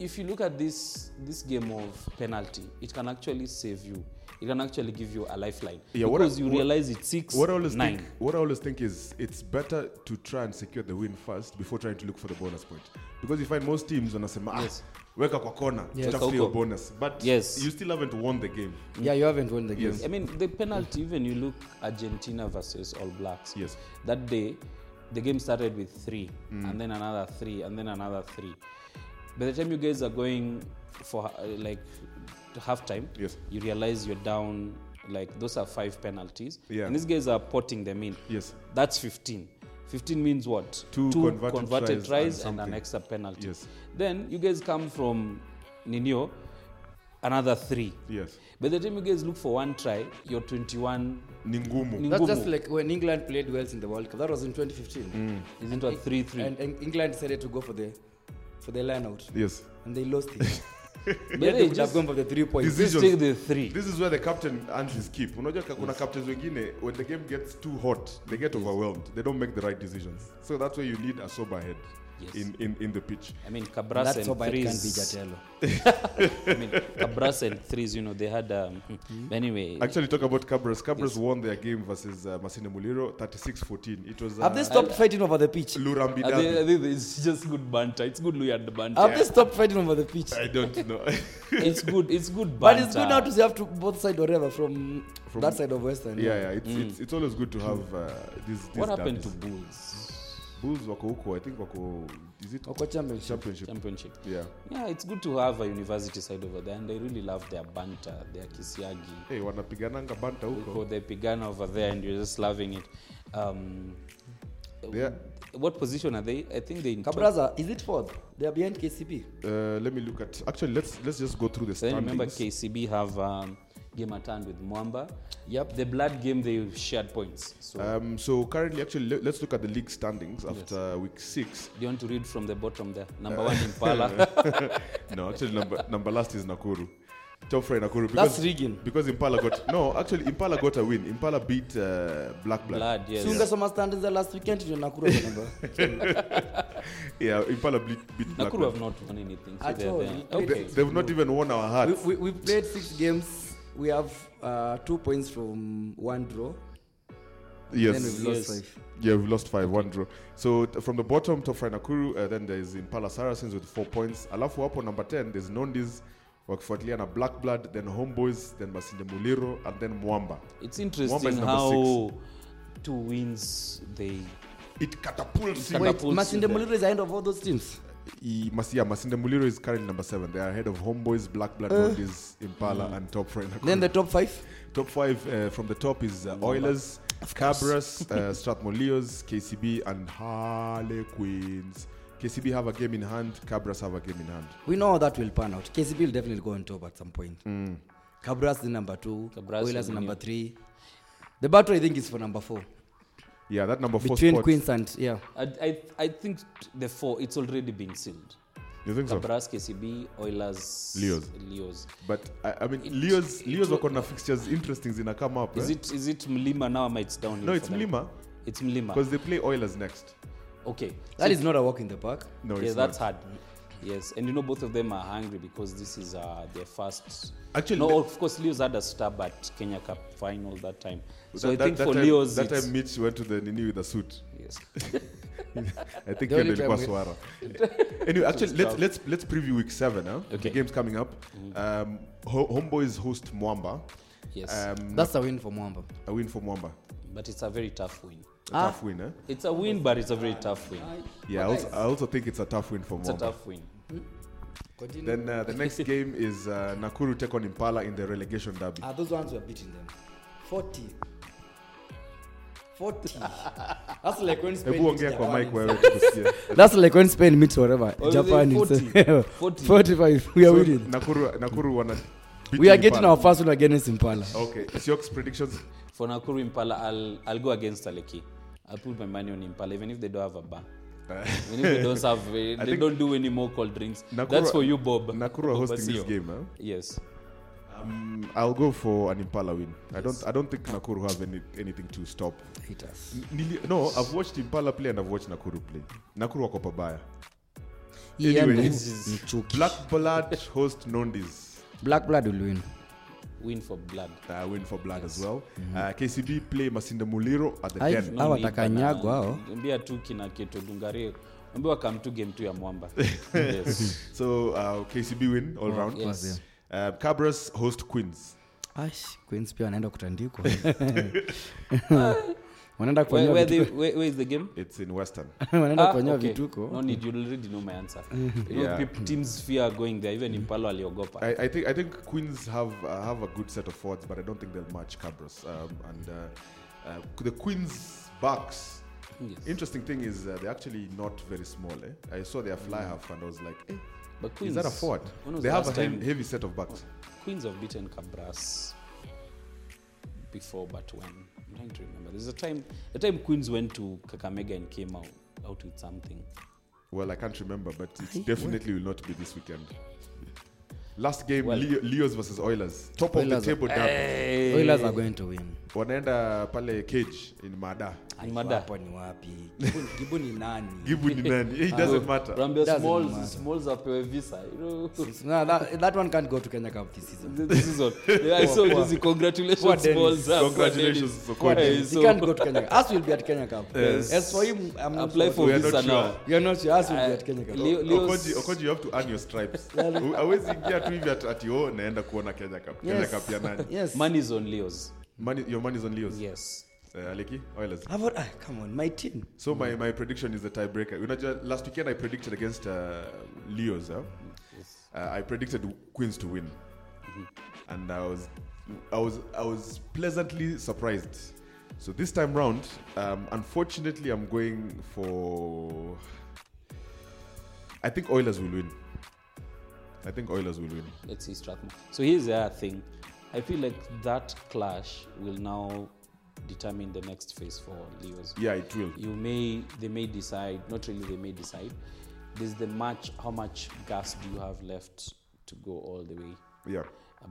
[SPEAKER 4] if you look at this this game of penalty, it can actually save you. It can actually give you a lifeline.
[SPEAKER 3] Yeah, what I-
[SPEAKER 4] because you
[SPEAKER 3] what-
[SPEAKER 4] realize it's six,
[SPEAKER 3] What I always
[SPEAKER 4] nine.
[SPEAKER 3] think, what I always think is, it's better to try and secure the win first before trying to look for the bonus point, because you find most teams wanasema ah,
[SPEAKER 4] Yes.
[SPEAKER 3] weka kwa corner
[SPEAKER 4] Weka
[SPEAKER 3] tutafute hiyo
[SPEAKER 4] huko."
[SPEAKER 3] bonus, but
[SPEAKER 4] Yes.
[SPEAKER 3] you still haven't won the game.
[SPEAKER 5] yeah, you haven't won the game. Eh,
[SPEAKER 3] Yes.
[SPEAKER 4] I mean, the penalty, even you look Argentina versus All Blacks.
[SPEAKER 3] Yes. Mm.
[SPEAKER 4] That day, the game started with three, and then another three, and then another three. By the time you guys are going for uh, like to halftime,
[SPEAKER 3] Yes.
[SPEAKER 4] you realize you're down. Like those are five penalties,
[SPEAKER 3] Yeah.
[SPEAKER 4] and these guys are potting them in.
[SPEAKER 3] Yes.
[SPEAKER 4] That's 15. 15 means what?
[SPEAKER 3] Two converted tries
[SPEAKER 4] tries
[SPEAKER 3] and
[SPEAKER 4] and, an
[SPEAKER 3] something.
[SPEAKER 4] extra penalty.
[SPEAKER 3] Yes.
[SPEAKER 4] Then you guys come from Ninio another three
[SPEAKER 3] Yes.
[SPEAKER 4] by the time you guys look for one try you're 21
[SPEAKER 3] Ni ngumu.
[SPEAKER 5] That's just
[SPEAKER 4] Ngumu.
[SPEAKER 5] like when England played Wales in the World Cup. That was in 2015.
[SPEAKER 4] isn't it three three
[SPEAKER 5] And, and England decided to go for the for the line out.
[SPEAKER 3] Yes.
[SPEAKER 5] And they lost it.
[SPEAKER 4] but they
[SPEAKER 5] yeah, they could have
[SPEAKER 4] just,
[SPEAKER 5] gone for the three points.
[SPEAKER 3] This-
[SPEAKER 4] just take
[SPEAKER 3] decisions.
[SPEAKER 4] the three
[SPEAKER 3] This is where the captain earns his keep. Unajua ka- kuna captains wengine when the game gets too hot, they get overwhelmed. They don't make the right decisions. So that's why you need a sober head
[SPEAKER 4] Yes.
[SPEAKER 3] in, in, in the pitch.
[SPEAKER 4] I mean, Cabras
[SPEAKER 5] That's
[SPEAKER 4] and
[SPEAKER 5] how bad it can be,
[SPEAKER 4] threes.
[SPEAKER 5] Jatello.
[SPEAKER 4] I mean, Cabras and threes. You know, they had. Um,
[SPEAKER 5] Hmm.
[SPEAKER 4] but Anyway,
[SPEAKER 3] Actually, talk about Cabras. Cabras won their game versus uh, Masine Muliro 36-14. It was uh,
[SPEAKER 5] Have they stopped fighting over the pitch?
[SPEAKER 3] Lurambi
[SPEAKER 4] I think, I
[SPEAKER 3] Derby.
[SPEAKER 4] think it's just good banter. It's good Luyan banter.
[SPEAKER 5] Have they stopped fighting over the pitch?
[SPEAKER 3] I don't know.
[SPEAKER 4] It's good. It's good banter.
[SPEAKER 5] But it's good now to have to both side or rather from,
[SPEAKER 3] From-
[SPEAKER 5] that side of Western.
[SPEAKER 3] yeah, yeah. It's, it's, it's always good to have uh, these, these
[SPEAKER 4] Mm. What happened to
[SPEAKER 3] derbies.
[SPEAKER 4] Bulls
[SPEAKER 3] Bulls wako huko. I think wako... Is it
[SPEAKER 5] Wako championship.
[SPEAKER 3] championship?
[SPEAKER 4] Championship?
[SPEAKER 3] Yeah.
[SPEAKER 4] Yeah, it's good to have a university side over there, and I really love their banter, their kisiagi.
[SPEAKER 3] Hey, wanapigananga banta
[SPEAKER 4] Huko
[SPEAKER 3] huko.
[SPEAKER 4] they pigana over there, and you're just loving it. Um,
[SPEAKER 3] Yeah.
[SPEAKER 4] what position are they? I think they in
[SPEAKER 5] Cabraza, is it fourth? They are behind KCB.
[SPEAKER 3] Uh, let me look at. Actually, let's let's just go through the
[SPEAKER 4] So then
[SPEAKER 3] standings.
[SPEAKER 4] remember KCB have um, game at hand with Mwamba.
[SPEAKER 5] Yep.
[SPEAKER 4] The blood game they shared points. So
[SPEAKER 3] Um, so currently, actually, le- let's look at the league standings after week six.
[SPEAKER 4] do you want to read from the bottom there? Number
[SPEAKER 3] Uh.
[SPEAKER 4] one Impala.
[SPEAKER 3] No, actually, number number last is Nakuru. Top fry Nakuru.
[SPEAKER 5] That's rigging.
[SPEAKER 3] Because Impala got no. Actually, Impala got a win. Impala beat uh, Black Black.
[SPEAKER 4] blood, yes.
[SPEAKER 5] Sunga Summer standings the last weekend in Nakuru. remember?
[SPEAKER 3] Yeah, Impala beat, beat Black
[SPEAKER 4] Nakuru
[SPEAKER 3] Black.
[SPEAKER 4] have not won anything. So
[SPEAKER 5] At
[SPEAKER 4] they're
[SPEAKER 5] all,
[SPEAKER 4] there.
[SPEAKER 5] you
[SPEAKER 4] Okay.
[SPEAKER 5] played-
[SPEAKER 3] They, they've not even won our
[SPEAKER 5] we,
[SPEAKER 3] hearts.
[SPEAKER 5] we, we played six games. We have uh, two points from one draw.
[SPEAKER 3] yes.
[SPEAKER 5] Then we've lost
[SPEAKER 4] Yes.
[SPEAKER 5] five.
[SPEAKER 3] Yeah, we've lost 5 1 draw. So t- from the bottom, top fry Nakuru, uh, then there's Impala Saracens with 4 points. Alafu hapo number 10, there's Nondis wakifuatilia na Black Blood, then Homeboys, then Masinde Muliro, and then Mwamba.
[SPEAKER 4] It's
[SPEAKER 3] Mwamba is
[SPEAKER 4] interesting
[SPEAKER 3] number
[SPEAKER 4] how two wins they
[SPEAKER 3] It catapults him.
[SPEAKER 4] Wait.
[SPEAKER 5] Wait,
[SPEAKER 4] Catapults you
[SPEAKER 5] Masinde
[SPEAKER 4] there.
[SPEAKER 5] Muliro is ahead of all those teams.
[SPEAKER 3] He must, yeah, Masinde Muliro is currently number 7. They are ahead of Homeboys, Black Blood, Nondis, Impala, and Top fry Nakuru.
[SPEAKER 5] Uh. Then the top five.
[SPEAKER 3] top 5 uh, from the top is uh, Oilers, Cabras, uh, Strathmolios, KCB, and Harlequins. KCB have a game in hand, Cabras have a game in hand.
[SPEAKER 5] We know how that will pan out. KCB will definitely go on top at some point. Cabras is number two.
[SPEAKER 4] Cabras
[SPEAKER 5] Oilers
[SPEAKER 4] is
[SPEAKER 5] is number
[SPEAKER 4] new.
[SPEAKER 5] three. The battle I think is for number four
[SPEAKER 3] Yeah, that number four
[SPEAKER 5] between
[SPEAKER 3] spot.
[SPEAKER 5] Queens and yeah.
[SPEAKER 4] I, I, I think the four it's already been sealed.
[SPEAKER 3] You think so?
[SPEAKER 4] Cabras, KCB, Oilers,
[SPEAKER 3] Leos.
[SPEAKER 4] Leos.
[SPEAKER 3] But I, I mean,
[SPEAKER 4] It-
[SPEAKER 3] Leo's
[SPEAKER 4] it
[SPEAKER 3] Leo's
[SPEAKER 4] will-
[SPEAKER 3] wako na fixtures interesting zina come up.
[SPEAKER 4] Is
[SPEAKER 3] eh?
[SPEAKER 4] it is it Mlima now? Am it's down?
[SPEAKER 3] No, it's Mlima
[SPEAKER 4] It's Mlima.
[SPEAKER 3] because they play Oilers next.
[SPEAKER 4] Okay.
[SPEAKER 5] That is not a walk in the park.
[SPEAKER 3] No,
[SPEAKER 4] yeah,
[SPEAKER 3] it's
[SPEAKER 4] that's
[SPEAKER 3] not.
[SPEAKER 4] hard. Yes, and you know both of them are hungry because this is uh, their first.
[SPEAKER 3] Actually,
[SPEAKER 4] no,
[SPEAKER 3] the-
[SPEAKER 4] of course, Leo's had a stab at Kenya Cup final that time. So
[SPEAKER 3] that,
[SPEAKER 4] I think
[SPEAKER 3] that,
[SPEAKER 4] for
[SPEAKER 3] that
[SPEAKER 4] Leo's,
[SPEAKER 3] time, that
[SPEAKER 4] it's,
[SPEAKER 3] time Mitch went to the Nini with a suit.
[SPEAKER 4] yes.
[SPEAKER 3] I think
[SPEAKER 5] The
[SPEAKER 3] hiyo
[SPEAKER 5] only
[SPEAKER 3] ndio ilikuwa
[SPEAKER 5] time
[SPEAKER 3] swara. anyway, actually, let's let's let's preview week seven. Huh? The
[SPEAKER 4] Okay. Mm.
[SPEAKER 3] games coming up. Um, Ho- Homeboys host Mwamba.
[SPEAKER 4] Yes.
[SPEAKER 3] Um,
[SPEAKER 5] That's a win for Mwamba.
[SPEAKER 3] a win for Mwamba.
[SPEAKER 4] but it's a very tough win.
[SPEAKER 3] A
[SPEAKER 5] Ah.
[SPEAKER 3] tough win, eh?
[SPEAKER 4] It's a win, but it's a very tough win.
[SPEAKER 3] Yeah, I also, I also think it's a tough win for
[SPEAKER 4] It's a
[SPEAKER 3] Mwamba.
[SPEAKER 4] tough win.
[SPEAKER 5] Continue.
[SPEAKER 3] Then uh, the next game is uh, Nakuru take on Impala in the relegation derby.
[SPEAKER 5] Ah, those ones were beating them. 40. 40. That's like when Spain
[SPEAKER 3] Hebu
[SPEAKER 5] beat
[SPEAKER 3] ongea kwa
[SPEAKER 5] Japan
[SPEAKER 3] mic
[SPEAKER 5] in-
[SPEAKER 3] wewe tukusikie.
[SPEAKER 5] That's like when Spain meets whatever.
[SPEAKER 4] Oh,
[SPEAKER 5] Japan
[SPEAKER 4] is it 40?
[SPEAKER 5] in
[SPEAKER 4] 40?
[SPEAKER 5] 45. We are
[SPEAKER 3] So,
[SPEAKER 5] winning.
[SPEAKER 3] Nakuru, Nakuru wana beat
[SPEAKER 5] We are
[SPEAKER 3] Impala. Oh.
[SPEAKER 5] getting our first win against Impala.
[SPEAKER 3] Okay, Siok's predictions.
[SPEAKER 4] For Nakuru Impala, I'll, I'll go against Aleki. I'll put my money on Impala, even if they don't have a bar. even if they don't have, uh, they
[SPEAKER 3] think-
[SPEAKER 4] don't do any more cold drinks.
[SPEAKER 3] Nakuru-
[SPEAKER 4] That's for you, Bob.
[SPEAKER 3] Nakuru are
[SPEAKER 4] Bob
[SPEAKER 3] hosting this
[SPEAKER 4] Basio.
[SPEAKER 3] game. Huh?
[SPEAKER 4] Yes.
[SPEAKER 3] Um, I'll go for an Impala win. I don't. I don't think Nakuru have any, anything to stop.
[SPEAKER 5] Hate us.
[SPEAKER 3] Nili- No, I've watched Impala play and I've watched Nakuru play. Nakuru wako pabaya.
[SPEAKER 5] Yeah,
[SPEAKER 3] Anyway,
[SPEAKER 5] man.
[SPEAKER 4] this is-
[SPEAKER 5] Mchuki.
[SPEAKER 3] Black Blood host Nondis.
[SPEAKER 5] Black Blood will win.
[SPEAKER 4] Win for blood.
[SPEAKER 3] Uh, win for Blood as well.
[SPEAKER 5] Mm-hmm.
[SPEAKER 3] Uh, KCB play Masinde Muliro at the
[SPEAKER 5] Ai,
[SPEAKER 3] Den.
[SPEAKER 5] no. Hawa watakanyagwa hao.
[SPEAKER 4] ambia tu kina keto dungarie ambia come to game tu ya mwamba yes.
[SPEAKER 3] So uh, KCB win
[SPEAKER 4] Oh,
[SPEAKER 3] all round.
[SPEAKER 4] yes.
[SPEAKER 3] Uh, Cabras host Queens.
[SPEAKER 5] Ash, Queens pia wanaenda kutandikwa. Wanaenda
[SPEAKER 4] where,
[SPEAKER 5] kufanyiwa
[SPEAKER 4] where, the,
[SPEAKER 5] vituko.
[SPEAKER 4] where, where is the game
[SPEAKER 3] It's in Western.
[SPEAKER 5] Wanaenda
[SPEAKER 4] Ah,
[SPEAKER 5] kufanyiwa
[SPEAKER 4] okay.
[SPEAKER 5] vituko.
[SPEAKER 4] No need, you already know my answer. You know,
[SPEAKER 3] Yeah.
[SPEAKER 4] peop- teams fear going there, even Impala waliogopa.
[SPEAKER 3] I, I think I think Queens have uh, have a good set of forwards, but I don't think they'll match Cabros. Um, and uh, uh, the Queens backs.
[SPEAKER 4] Yes.
[SPEAKER 3] Interesting thing is uh, they're actually not very small. Eh? I saw their fly half, and I was like, eh,
[SPEAKER 4] But Mm. Queens,
[SPEAKER 3] Is that a forward?
[SPEAKER 4] when was
[SPEAKER 3] They
[SPEAKER 4] the
[SPEAKER 3] have a
[SPEAKER 4] last
[SPEAKER 3] heavy,
[SPEAKER 4] time-
[SPEAKER 3] heavy set of backs.
[SPEAKER 4] Queens have beaten Cabras before, but when I'm trying to remember. There's a time the time Queens went to Kakamega and came out out with something.
[SPEAKER 3] Well, I can't remember, but it definitely will not be this weekend. Last game,
[SPEAKER 4] Well- Eh,
[SPEAKER 3] Leo, Leos versus Oilers. Top of
[SPEAKER 5] Oilers
[SPEAKER 3] the
[SPEAKER 5] are-
[SPEAKER 3] table, hey.
[SPEAKER 5] Oilers are going to win.
[SPEAKER 3] wanaenda pale cage in Mada.
[SPEAKER 4] Ni mada.
[SPEAKER 5] Hapo ni wapi? Gibu- Gibu ni nani?
[SPEAKER 3] Gibu ni nani? It doesn't matter.
[SPEAKER 4] Rambia
[SPEAKER 5] Doesn't
[SPEAKER 4] Smalls
[SPEAKER 5] matter.
[SPEAKER 4] Smalls apewe visa. You know. This
[SPEAKER 5] No, that, that one can't go to Kenya Cup this season.
[SPEAKER 4] is all. Yeah, I saw
[SPEAKER 5] poor-
[SPEAKER 4] Jesse. Congratulations,
[SPEAKER 5] poor Dennis.
[SPEAKER 4] Smalls. Ah, poor
[SPEAKER 3] Congratulations,
[SPEAKER 4] Dennis.
[SPEAKER 3] Sokoni.
[SPEAKER 5] Poor
[SPEAKER 4] Hey,
[SPEAKER 5] Dennis.
[SPEAKER 4] so-
[SPEAKER 5] He can't go to Kenya Cup. Us will be at Kenya Cup.
[SPEAKER 3] Yes.
[SPEAKER 5] As for him, I'm not
[SPEAKER 4] Apply for
[SPEAKER 5] sure.
[SPEAKER 3] We are
[SPEAKER 4] visa
[SPEAKER 3] not
[SPEAKER 4] now.
[SPEAKER 5] You're not sure. Us will be
[SPEAKER 4] Uh,
[SPEAKER 5] at Kenya Cup.
[SPEAKER 4] Leo- Leo's-
[SPEAKER 3] Okoji, Okoji, you have to earn your stripes. Awezi ingia tu hivi ati- ati oh naenda kuona Kenya Cup. Kenya
[SPEAKER 5] Yes.
[SPEAKER 3] Cup ya nani?
[SPEAKER 5] Yes.
[SPEAKER 4] Money is on Leo's.
[SPEAKER 3] Money, your money is on Leos.
[SPEAKER 4] Yes.
[SPEAKER 3] Uh, Aleki, Oilers.
[SPEAKER 5] How about, ah, come on, my team.
[SPEAKER 3] So my, my prediction is a tiebreaker. Unajua, last weekend I predicted against uh, Leos. Huh? Uh, I predicted Queens to win, and I was I was I was pleasantly surprised. So this time round, um, unfortunately, I'm going for. I think Oilers will win. I think Oilers will win.
[SPEAKER 4] let's see Strathmore. So here's the other thing. I feel like that clash will now determine the next phase for Leos.
[SPEAKER 3] Yeah, it will.
[SPEAKER 4] You may they may decide, not really they may decide. There's the match how much gas do you have left to go all the way?
[SPEAKER 3] Yeah.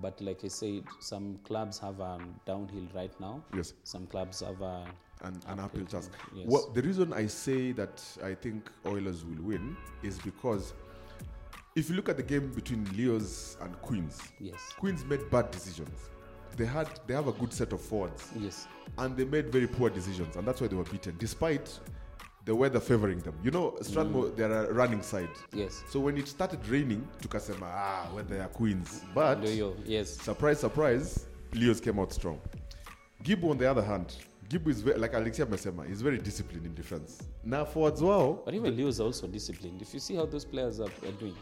[SPEAKER 4] But like I said, some clubs have a downhill right now.
[SPEAKER 3] Yes.
[SPEAKER 4] Some clubs have a
[SPEAKER 3] an, an uphill task.
[SPEAKER 4] Yes.
[SPEAKER 3] Well, the reason I say that I think Oilers will win is because if you look at the game between Leos and Queens,
[SPEAKER 4] Yes.
[SPEAKER 3] Queens made bad decisions. They had they have a good set of forwards,
[SPEAKER 4] yes.
[SPEAKER 3] and they made very poor decisions, and that's why they were beaten, despite the weather favoring them. You know, Strathmore they're a running side.
[SPEAKER 4] Mm. Yes.
[SPEAKER 3] So when it started raining, tukasema ah, weather ya Queens, but
[SPEAKER 4] Loyo, yes.
[SPEAKER 3] surprise surprise leos came out strong gibu on the other hand gibu is very, like alexia amesema is very disciplined in defense na forwards wao
[SPEAKER 4] But even Leos are also disciplined. If you see how those players are, are doing,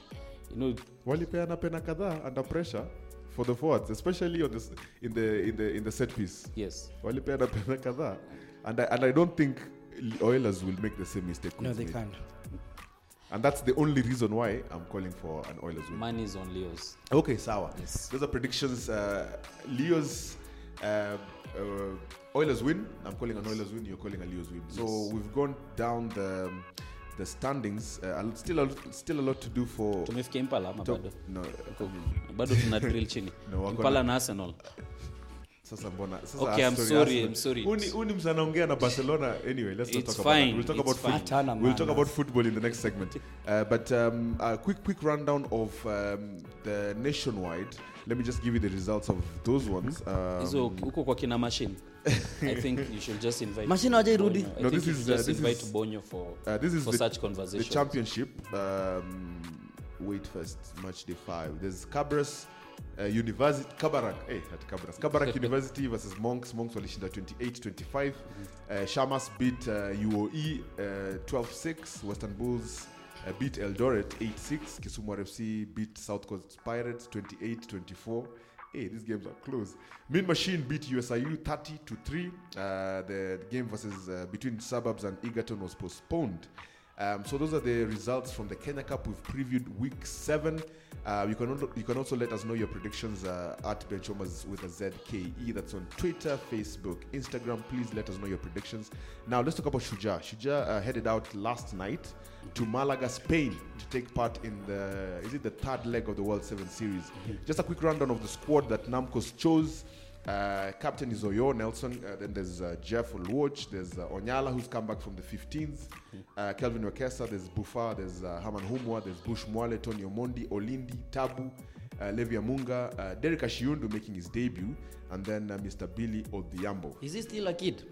[SPEAKER 4] you know,
[SPEAKER 3] walipeana pena kadhaa under pressure for the forwards especially on this, in, the, in, the, in the set piece
[SPEAKER 4] yes.
[SPEAKER 3] walipeana pena kadhaa and I, and i don't think oilers will make the same mistake
[SPEAKER 5] No,
[SPEAKER 3] Queens
[SPEAKER 5] they
[SPEAKER 3] made.
[SPEAKER 5] can't.
[SPEAKER 3] and that's the only reason why i'm calling for an oilers win
[SPEAKER 4] Money is on Leos.
[SPEAKER 3] Okay, sawa.
[SPEAKER 4] Yes.
[SPEAKER 3] Those are predictions. Uh, Leo's uh, uh, Oilers win. I'm calling an Oilers win. You're calling a Leo's win. So
[SPEAKER 4] Yes.
[SPEAKER 3] we've gone down the the standings. Uh, a lot- still, a, still a lot to do for.
[SPEAKER 4] tumefikia impala ama
[SPEAKER 3] Top-
[SPEAKER 4] bado
[SPEAKER 3] no,
[SPEAKER 4] Tuko- bado tuna drill chini
[SPEAKER 3] No, wako
[SPEAKER 4] impala
[SPEAKER 3] na-
[SPEAKER 4] na arsenal
[SPEAKER 3] sasa mbona? Sasa
[SPEAKER 4] Okay, I'm
[SPEAKER 3] Arsenal-
[SPEAKER 4] sorry,
[SPEAKER 3] Arsenal.
[SPEAKER 4] I'm sorry.
[SPEAKER 3] Uni, uni msanaongea na Barcelona. Anyway, let's not
[SPEAKER 4] It's
[SPEAKER 3] talk
[SPEAKER 4] fine,
[SPEAKER 3] about that. We'll talk
[SPEAKER 4] it's
[SPEAKER 3] about
[SPEAKER 4] fine.
[SPEAKER 3] foot-
[SPEAKER 5] Hapana,
[SPEAKER 3] We'll talk
[SPEAKER 5] man.
[SPEAKER 3] about football in the next segment. Uh, but um, a quick, quick rundown of um, the nationwide. Let me just give you the results of those ones.
[SPEAKER 4] Mm-hmm.
[SPEAKER 3] Um,
[SPEAKER 4] hizo huko kwa kina machine i think you should just invite
[SPEAKER 5] Machine hawajairudi.
[SPEAKER 4] Bonyo. I
[SPEAKER 3] No,
[SPEAKER 4] think
[SPEAKER 3] this
[SPEAKER 4] you
[SPEAKER 3] is,
[SPEAKER 4] should just
[SPEAKER 3] uh, this
[SPEAKER 4] invite
[SPEAKER 3] is-
[SPEAKER 4] bonyo for
[SPEAKER 3] Uh, this is
[SPEAKER 4] for
[SPEAKER 3] the,
[SPEAKER 4] such
[SPEAKER 3] the
[SPEAKER 4] conversation
[SPEAKER 3] championship. Um, wait first, match day five. There's Cabras uh, University, Kabarak, eh, at Cabras, Kabarak University versus Monks. Monks walishinda 28-25. Uh, Shamas beat uh, UOE uh, 12-6. Western Bulls uh, beat Eldoret 8-6. Kisumu RFC beat South Coast Pirates 28-24. Hey, these games are close. Mean Machine beat USIU 30 to 3. Uh, the game versus uh, between Suburbs and Egerton was postponed. Um, so those are the results from the Kenya Cup. We've previewed week seven. Uh, you can also, you can also let us know your predictions uh, at Benchomas with a ZKE. That's on Twitter, Facebook, Instagram. Please let us know your predictions. Now let's talk about Shuja. Shuja uh, headed out last night to Malaga, Spain, to take part in the is it the third leg of the World Seven Series. Just a quick rundown of the squad that Namcos chose. Uh, captain is Oyo Nelson. Uh, then there's uh, Jeff Olwuch. There's uh, Onyala, who's come back from the 15s. Uh, Kelvin Wekesa. There's Bufa. There's uh, Haman Humwa. There's Bush Mwale, Tony Omondi, Olindi, Tabu, uh, Levi Amunga, uh, Derek Ashiundu making his debut, and then uh, Mr. Billy Odhiambo.
[SPEAKER 5] Is he still a kid?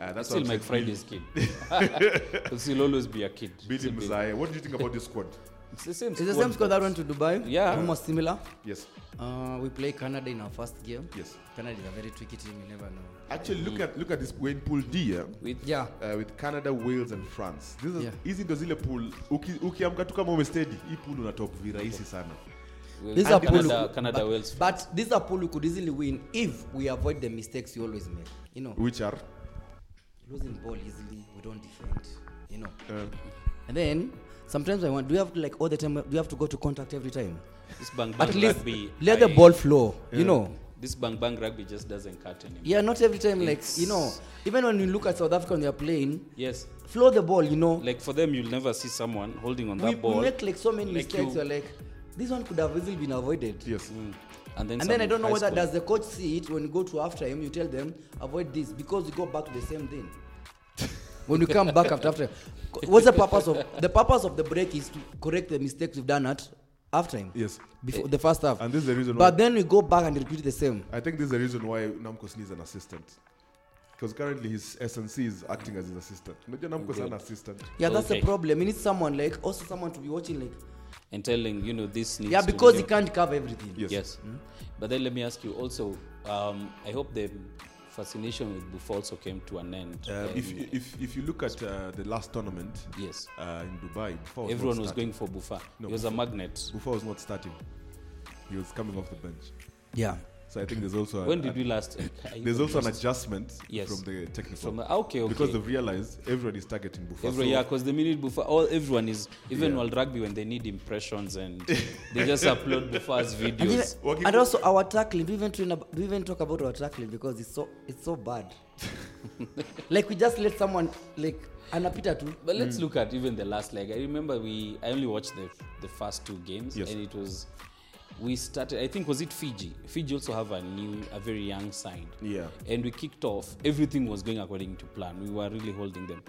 [SPEAKER 3] Uh, that's
[SPEAKER 4] still
[SPEAKER 3] what I'm
[SPEAKER 4] mike
[SPEAKER 3] saying.
[SPEAKER 4] friday's kid he'll always be a kid
[SPEAKER 3] Billy,
[SPEAKER 4] Still
[SPEAKER 3] Billy
[SPEAKER 4] be-
[SPEAKER 3] Mzaya. What do you think about this squad?
[SPEAKER 4] it's the same
[SPEAKER 5] Is the same squad that went to Dubai?
[SPEAKER 4] Yeah.
[SPEAKER 5] Almost similar.
[SPEAKER 3] Yes.
[SPEAKER 5] Uh, we play Canada in our first game.
[SPEAKER 3] Yes.
[SPEAKER 5] Canada is a very tricky team. You never know.
[SPEAKER 3] Actually, look at look at this Wayne Pool D. Yeah?
[SPEAKER 4] with
[SPEAKER 5] Yeah.
[SPEAKER 3] Uh, with canada wales and france This is-
[SPEAKER 5] Yeah.
[SPEAKER 3] hizi ndo zile pool Uki- ukiamka tu kama umestedi hii pool una top virahisi sana
[SPEAKER 4] with
[SPEAKER 5] This is a pool.
[SPEAKER 4] canada, canada
[SPEAKER 5] but,
[SPEAKER 4] wales
[SPEAKER 5] But this is a pool we could easily win if we avoid the mistakes we always make. You know,
[SPEAKER 3] which are
[SPEAKER 5] losing ball easily. We don't defend. You know. And then Sometimes I want. Do you have to like all the time? Do you have to go to contact every time?
[SPEAKER 4] This bang bang
[SPEAKER 5] At least
[SPEAKER 4] rugby.
[SPEAKER 5] let the
[SPEAKER 4] I-
[SPEAKER 5] ball flow. You know.
[SPEAKER 4] This bang bang rugby just doesn't cut anymore.
[SPEAKER 5] Yeah, not every time. Like you know, even when you look at South Africa when they are playing,
[SPEAKER 4] Yes.
[SPEAKER 5] flow the ball. You know,
[SPEAKER 4] Like for them, you'll never see someone holding on that
[SPEAKER 5] we,
[SPEAKER 4] ball.
[SPEAKER 5] we make like so many
[SPEAKER 4] like
[SPEAKER 5] mistakes.
[SPEAKER 4] you-
[SPEAKER 5] We're like, this one could have easily been avoided.
[SPEAKER 3] Yes.
[SPEAKER 4] Mm. and then,
[SPEAKER 5] And then I
[SPEAKER 4] some
[SPEAKER 5] don't know
[SPEAKER 4] high
[SPEAKER 5] whether
[SPEAKER 4] score.
[SPEAKER 5] does the coach see it when you go to after him, you tell them avoid this because you go back to the same thing. when you come back after after, what's the purpose of the purpose of the break is to correct the mistakes we've done at after him.
[SPEAKER 3] Yes.
[SPEAKER 5] Before the first half.
[SPEAKER 3] And this is the reason
[SPEAKER 5] But
[SPEAKER 3] why-
[SPEAKER 5] then we go back and repeat the same.
[SPEAKER 3] I think this is the reason why Namkos needs an assistant. Because currently his SNC is acting as his assistant. Unajua Namkos an assistant.
[SPEAKER 5] Yeah, that's
[SPEAKER 4] Okay.
[SPEAKER 5] the problem. You need someone like also someone to be watching like
[SPEAKER 4] and telling you know this needs
[SPEAKER 5] yeah
[SPEAKER 4] to be
[SPEAKER 5] because he
[SPEAKER 4] done.
[SPEAKER 5] can't Hmm? cover everything.
[SPEAKER 3] Yes.
[SPEAKER 4] Yes. But then let me ask you also. Um, I hope the fascination with Buffon also came to an end.
[SPEAKER 3] Uh,
[SPEAKER 4] Um,
[SPEAKER 3] if, if, if you look at uh, the last tournament
[SPEAKER 4] yes,
[SPEAKER 3] uh, in Dubai, before
[SPEAKER 4] everyone was going for Buffon.
[SPEAKER 3] No,
[SPEAKER 4] he was a magnet.
[SPEAKER 3] Before was not starting, he was coming off the bench.
[SPEAKER 5] Yeah.
[SPEAKER 3] So I think there's also a,
[SPEAKER 4] When did we last?
[SPEAKER 3] there's also an adjustment
[SPEAKER 4] Yes.
[SPEAKER 3] from the technical.
[SPEAKER 4] From the- ah, okay, okay.
[SPEAKER 3] Because they've realized everyone is targeting Buffon.
[SPEAKER 4] Every
[SPEAKER 3] so
[SPEAKER 4] year, because the minute Buffon, all everyone is even
[SPEAKER 3] Yeah.
[SPEAKER 4] World Rugby when they need impressions and they just upload Buffon's
[SPEAKER 5] And, even,
[SPEAKER 4] videos.
[SPEAKER 3] Working
[SPEAKER 5] and
[SPEAKER 3] for-
[SPEAKER 5] also our tackling, we even, train ab- we even talk about our tackling because it's so it's so bad. like we just let someone like anapita tu.
[SPEAKER 4] But
[SPEAKER 3] mm.
[SPEAKER 4] let's look at even the last leg. I remember we I only watched the the first two games
[SPEAKER 3] Yes.
[SPEAKER 4] and it was we started I think was it Fiji. Fiji also have a new a very young side.
[SPEAKER 3] Yeah.
[SPEAKER 4] And we kicked off. Everything was going according to plan. We were really holding them.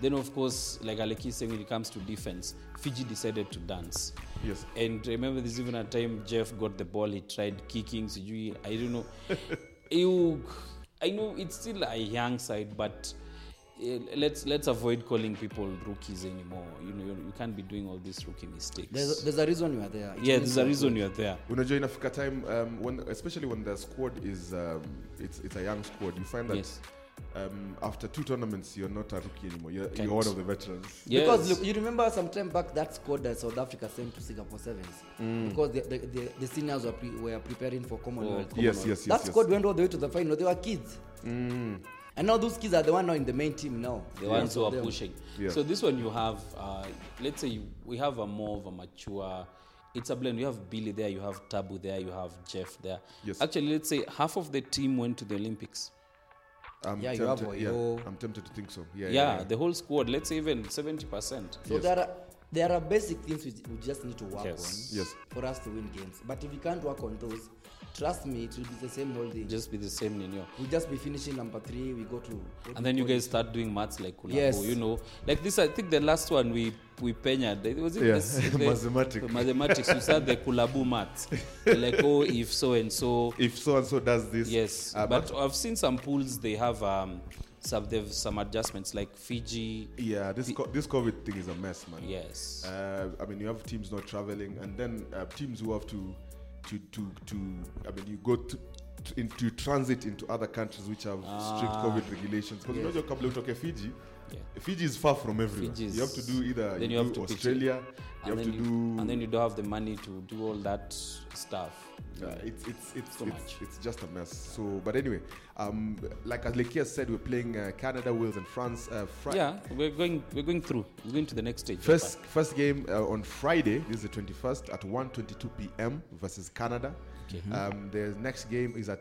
[SPEAKER 4] Then of course, like Aleki saying when it comes to defense, Fiji decided to dance.
[SPEAKER 3] Yes.
[SPEAKER 4] And remember there's even a time Jeff got the ball, he tried kicking, sijui, I don't know. you I know it's still a young side, but eh, let's let's avoid calling people rookies anymore. You know, you, you can't be doing all these rookie mistakes.
[SPEAKER 5] There's, there's a reason you are there. It
[SPEAKER 4] yeah, there's
[SPEAKER 5] means
[SPEAKER 4] a
[SPEAKER 5] that-
[SPEAKER 4] reason you're there.
[SPEAKER 3] unajua inafika time um, when, especially when the squad is um, it's, it's a young squad you find that
[SPEAKER 4] Yes.
[SPEAKER 3] um, after two tournaments you're not a rookie anymore you're,
[SPEAKER 4] Can't.
[SPEAKER 3] you're one of the veterans
[SPEAKER 4] Yes.
[SPEAKER 5] Because look, you remember some time back that squad that South Africa sent to Singapore Sevens
[SPEAKER 4] Mm.
[SPEAKER 5] because the, the, the, the seniors were, pre- were preparing for
[SPEAKER 4] Oh,
[SPEAKER 5] Commonwealth.
[SPEAKER 3] Yes, yes, yes,
[SPEAKER 5] That
[SPEAKER 3] yes.
[SPEAKER 5] squad went all the way to the final. They were kids, and now those kids are the one now in the main team now.
[SPEAKER 4] Mm. the ones
[SPEAKER 5] Most
[SPEAKER 4] who
[SPEAKER 5] of
[SPEAKER 4] are
[SPEAKER 5] them.
[SPEAKER 4] pushing.
[SPEAKER 3] Yeah.
[SPEAKER 4] So this one you have, uh, let's say you, we have a more of a mature. It's a blend. You have Billy there, you have Tabu there, you have Jeff there.
[SPEAKER 3] Yes.
[SPEAKER 4] Actually, let's say half of the team went to the Olympics.
[SPEAKER 3] I'm
[SPEAKER 5] Yeah, you have
[SPEAKER 3] tempted,
[SPEAKER 5] Oyo.
[SPEAKER 3] yeah, I'm tempted to think so yeah
[SPEAKER 4] Yeah,
[SPEAKER 3] yeah, yeah.
[SPEAKER 4] the whole squad. Let's say even seventy percent.
[SPEAKER 5] So
[SPEAKER 3] Yes.
[SPEAKER 5] there are there are basic things we, we just need to work
[SPEAKER 4] Yes.
[SPEAKER 5] on
[SPEAKER 3] Yes.
[SPEAKER 5] for us to win games. But if we can't work on those, trust me, it will be the same whole thing.
[SPEAKER 4] Just be the same in your.
[SPEAKER 5] we'll just be finishing number three. We go to what
[SPEAKER 4] and
[SPEAKER 5] do
[SPEAKER 4] then you
[SPEAKER 5] call
[SPEAKER 4] guys start doing maths like Kulabo,
[SPEAKER 5] Yes.
[SPEAKER 4] you know like this i think the last one we we penyard it was it
[SPEAKER 3] Yeah,
[SPEAKER 4] this, the,
[SPEAKER 3] mathematics.
[SPEAKER 4] mathematics you start the kulabu maths like oh if so and so
[SPEAKER 3] if so and so does this
[SPEAKER 4] yes
[SPEAKER 3] uh,
[SPEAKER 4] but i've seen some pools they have um some they've some adjustments like fiji
[SPEAKER 3] yeah this co- this covid thing is a mess man
[SPEAKER 4] yes
[SPEAKER 3] Uh, I mean, you have teams not traveling, and then uh, teams who have to, to, to, to. I mean, you go to, to into transit into other countries which have strict
[SPEAKER 4] Ah.
[SPEAKER 3] COVID regulations. Because you know, kabla utoke Fiji,
[SPEAKER 4] Yeah.
[SPEAKER 3] Fiji is far from everywhere.
[SPEAKER 4] Fiji is-
[SPEAKER 3] you have to do either
[SPEAKER 4] then
[SPEAKER 3] you,
[SPEAKER 4] you have to
[SPEAKER 3] do
[SPEAKER 4] pitch it.
[SPEAKER 3] Australia, you
[SPEAKER 4] and
[SPEAKER 3] have
[SPEAKER 4] then
[SPEAKER 3] to do.
[SPEAKER 4] and then you don't have the money to do all that stuff
[SPEAKER 3] Uh, it's it's it's
[SPEAKER 4] Too
[SPEAKER 3] it's,
[SPEAKER 4] much.
[SPEAKER 3] it's just a mess. So, but anyway, um, like Alekia said, we're playing uh, Canada, Wales, and France. Uh, Fri-
[SPEAKER 4] yeah we're going we're going through we're going to the next stage
[SPEAKER 3] First, first game uh, on Friday. This is the 21st at 1:22 p.m. versus Canada. Um, the next game is at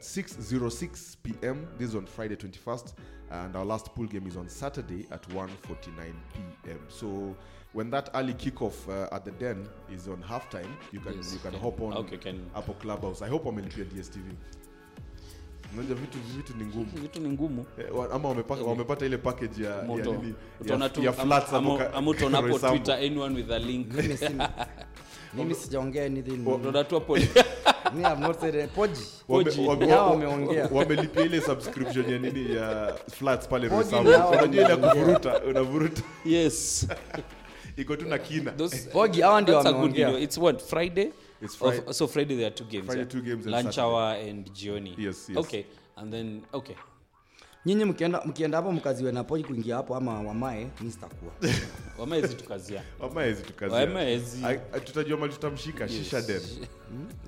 [SPEAKER 3] 6:06 p.m. This is on Friday 21st, and our last pool game is on Saturday at 1:49 p.m. So when that early kickoff uh, at the Den is on halftime, you can
[SPEAKER 4] Yes,
[SPEAKER 3] you can
[SPEAKER 4] can-
[SPEAKER 3] hop on
[SPEAKER 4] okay, can-
[SPEAKER 3] Apple Clubhouse. I hope wamelipia DSTV. Unajua vitu vitu ni ngumu.
[SPEAKER 4] vitu ni ngumu
[SPEAKER 3] Eh, wa- ama wamepaka- wamepata ile package ya, ya,
[SPEAKER 4] moto
[SPEAKER 3] nini,
[SPEAKER 4] utaona
[SPEAKER 3] ya,
[SPEAKER 4] tu
[SPEAKER 3] ya
[SPEAKER 4] am-
[SPEAKER 3] flats hapo
[SPEAKER 4] amo-
[SPEAKER 3] ka-
[SPEAKER 4] amo utaonapo
[SPEAKER 3] Roysambu.
[SPEAKER 4] twitter anyone with a link
[SPEAKER 5] it. Mimi sina- mimi sijaongea anything.
[SPEAKER 4] utaona tu hapo
[SPEAKER 5] Me, I've not said it. Poji.
[SPEAKER 3] Wame-
[SPEAKER 4] Koji.
[SPEAKER 3] wame-
[SPEAKER 5] Nao
[SPEAKER 3] wa-
[SPEAKER 5] wameongea.
[SPEAKER 3] wamelipia ile subscription ya nini ya flats pale
[SPEAKER 5] Koji
[SPEAKER 3] Roysambu.
[SPEAKER 5] nao
[SPEAKER 3] Unajua ile ya
[SPEAKER 5] wameongea.
[SPEAKER 3] kuvuruta unavuruta
[SPEAKER 4] yes
[SPEAKER 3] iko tu na kina
[SPEAKER 4] Those-
[SPEAKER 5] Bogi, hawa ndio
[SPEAKER 4] that's a good
[SPEAKER 5] wameongea.
[SPEAKER 4] video. it's what friday
[SPEAKER 3] It's
[SPEAKER 4] Or-
[SPEAKER 3] Fri-
[SPEAKER 4] so friday there are two games
[SPEAKER 3] Friday
[SPEAKER 4] yeah?
[SPEAKER 3] two games and
[SPEAKER 4] lunch
[SPEAKER 3] Saturday.
[SPEAKER 4] hour and jioni
[SPEAKER 3] Yes, yes.
[SPEAKER 4] okay and then okay
[SPEAKER 5] nyinyi mkienda mkienda hapo mkaziwe na poji kuingia hapo ama wamae mi sitakuwa
[SPEAKER 4] wamaezi tukazia
[SPEAKER 3] wamaezi
[SPEAKER 4] Wamaezi.
[SPEAKER 3] tukazia Ai- tutajua mali tutamshika shisha den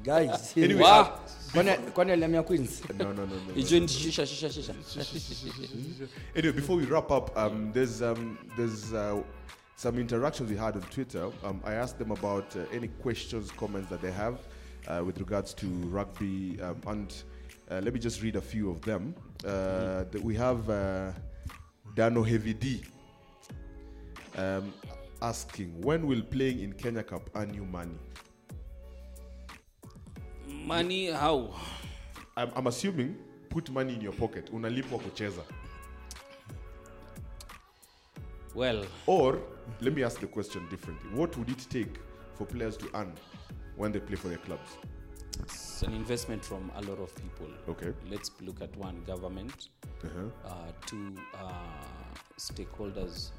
[SPEAKER 5] guys
[SPEAKER 3] Anyway,
[SPEAKER 4] Wow.
[SPEAKER 3] uh,
[SPEAKER 5] kwani kwani alihamia queens
[SPEAKER 3] no, no, no, no, no.
[SPEAKER 4] Ijoin shisha shisha shisha
[SPEAKER 3] anyway before we wrap up um, there's um, there's uh, some interactions we had on Twitter. Um, I asked them about uh, any questions, comments that they have uh, with regards to rugby, um, and uh, let me just read a few of them. Uh, that we have uh, Dano Heavy D um, asking, when will playing in Kenya Cup earn you money?
[SPEAKER 4] money how
[SPEAKER 3] I'm, I'm assuming put money in your pocket, unalipwa kucheza.
[SPEAKER 4] well
[SPEAKER 3] Or let me ask the question differently. What would it take for players to earn when they play for their clubs?
[SPEAKER 4] it's an investment from a lot of people
[SPEAKER 3] Okay. Uh-huh.
[SPEAKER 4] let's look at one government uh, two uh, stakeholders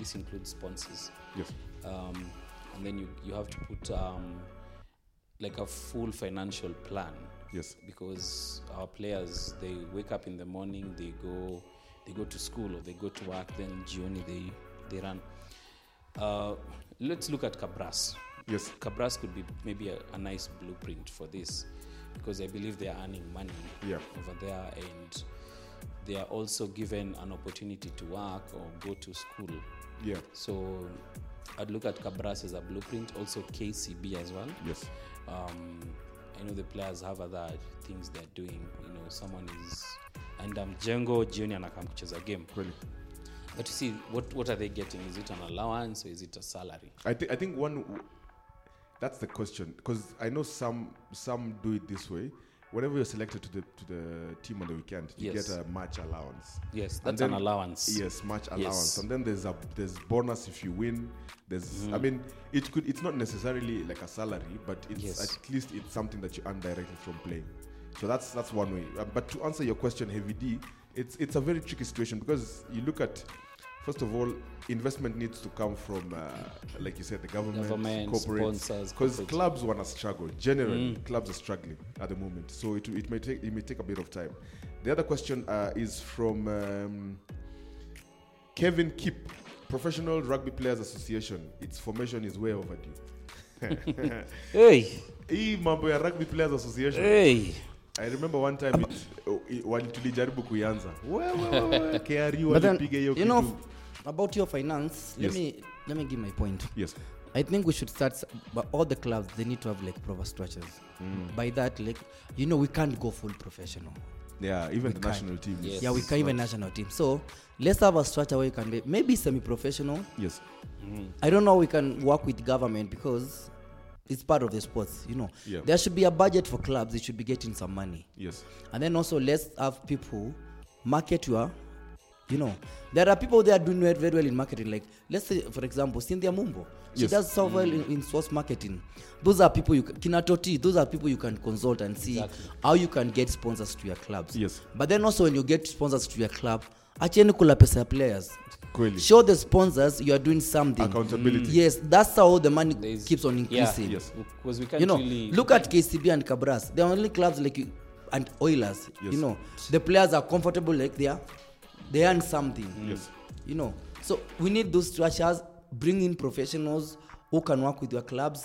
[SPEAKER 4] this includes sponsors
[SPEAKER 3] Yes.
[SPEAKER 4] um, and then you, you have to put um, like a full financial plan
[SPEAKER 3] Yes.
[SPEAKER 4] because our players they wake up in the morning they go they go to school or they go to work then June they they run uh, let's look at Cabras
[SPEAKER 3] Yes.
[SPEAKER 4] Cabras could be maybe a, a nice blueprint for this because I believe they are earning money
[SPEAKER 3] Yeah.
[SPEAKER 4] over there and they are also given an opportunity to work or go to school
[SPEAKER 3] Yeah.
[SPEAKER 4] so I'd look at Cabras as a blueprint, also KCB as well.
[SPEAKER 3] Yes.
[SPEAKER 4] Um, I know the players have other things they're doing. You know, someone is and um, Jengo Junior anakam kucheza game.
[SPEAKER 3] Really.
[SPEAKER 4] But you see, what what are they getting? Is it an allowance or is it a salary?
[SPEAKER 3] I think I think one that's the question because I know some some do it this way. Whenever you're selected to the to the team on the weekend, you
[SPEAKER 4] Yes.
[SPEAKER 3] get a match allowance.
[SPEAKER 4] Yes,
[SPEAKER 3] And
[SPEAKER 4] that's an allowance.
[SPEAKER 3] Yes, match allowance.
[SPEAKER 4] Yes.
[SPEAKER 3] And then there's a there's bonus if you win. There's
[SPEAKER 4] Mm-hmm.
[SPEAKER 3] I mean it could it's not necessarily like a salary, but it's
[SPEAKER 4] Yes.
[SPEAKER 3] at least it's something that you earn directly from playing. So that's that's one way. Uh, but to answer your question, Heavy D, it's it's a very tricky situation because you look at first of all investment needs to come from uh, like you said the government,
[SPEAKER 4] Government, sponsors,
[SPEAKER 3] because
[SPEAKER 4] corporate.
[SPEAKER 3] clubs want to struggle generally clubs are struggling at the moment so it, it may take it may take a bit of time the other question uh, is from um, Kevin Kip, Professional Rugby Players Association. Its formation is way overdue.
[SPEAKER 4] Hey,
[SPEAKER 3] Hii mambo ya Rugby Players Association.
[SPEAKER 4] hey.
[SPEAKER 3] I remember one time it, oh, it, wali tulijaribu kuianza. Wewe wewe KRU
[SPEAKER 5] But then,
[SPEAKER 3] walipiga hiyo
[SPEAKER 5] you know,
[SPEAKER 3] kitu.
[SPEAKER 5] f- about your finance, let
[SPEAKER 3] Yes.
[SPEAKER 5] me let me give my point.
[SPEAKER 3] Yes.
[SPEAKER 5] I think we should start, s- but all the clubs they need to have like proper structures. By that, like you know, we can't go full professional.
[SPEAKER 3] Yeah, even the national team. is-
[SPEAKER 4] Yes.
[SPEAKER 5] Yeah, we
[SPEAKER 3] is
[SPEAKER 5] can't even
[SPEAKER 3] not-
[SPEAKER 5] national team. So let's have a structure where you can be maybe semi-professional.
[SPEAKER 3] Yes.
[SPEAKER 5] I don't know we can work with government because it's part of the sports. You know,
[SPEAKER 3] Yeah.
[SPEAKER 5] there should be a budget for clubs. They should be getting some money.
[SPEAKER 3] Yes.
[SPEAKER 5] and then also let's have people market your you know there are people that are doing well- very well in marketing like let's say for example cynthia mumbo she
[SPEAKER 3] Yes.
[SPEAKER 5] does so well in, in source marketing those are people you ca- kinatoti those are people you can consult and see how you can get sponsors to your clubs
[SPEAKER 3] Yes.
[SPEAKER 5] but then also when you get sponsors to your club acheni kula pesa ya players
[SPEAKER 3] Kweli.
[SPEAKER 5] show the sponsors you are doing something
[SPEAKER 3] Accountability.
[SPEAKER 5] yes that's how the money
[SPEAKER 4] There is-
[SPEAKER 5] keeps on
[SPEAKER 4] yeah.
[SPEAKER 5] increasing
[SPEAKER 3] Yes.
[SPEAKER 4] Because we can't
[SPEAKER 5] you know,
[SPEAKER 4] really
[SPEAKER 5] look at KCB and Cabras. They're only clubs like you, and Oilers.
[SPEAKER 3] Yes.
[SPEAKER 5] You know, the players are comfortable like they are. They earn something.
[SPEAKER 3] Yes.
[SPEAKER 5] You know, so we need those structures. Bring in professionals who can work with your clubs,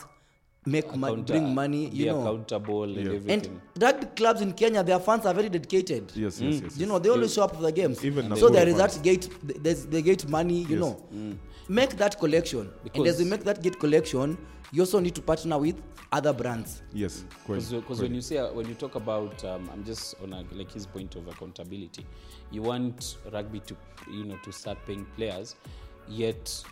[SPEAKER 5] make money,
[SPEAKER 4] account-
[SPEAKER 5] bring money. You
[SPEAKER 4] be
[SPEAKER 5] know,
[SPEAKER 4] accountable and everything.
[SPEAKER 5] and rugby clubs in Kenya, their fans are very dedicated.
[SPEAKER 3] Yes, yes, yes.
[SPEAKER 5] You know, they always show up for the games.
[SPEAKER 3] Even
[SPEAKER 5] so
[SPEAKER 3] Nakuru
[SPEAKER 5] there is
[SPEAKER 3] fans.
[SPEAKER 5] that gate. th- There's the gate money. You
[SPEAKER 3] Yes. Mm.
[SPEAKER 5] know, make that collection. and as
[SPEAKER 4] Because-
[SPEAKER 5] we make that gate collection, you also need to partner with other brands.
[SPEAKER 3] Yes. Kweli.
[SPEAKER 4] because
[SPEAKER 3] Kweli.
[SPEAKER 4] when you say when you talk about um, i'm just on a, like his point of accountability you want rugby to you know to start paying players yet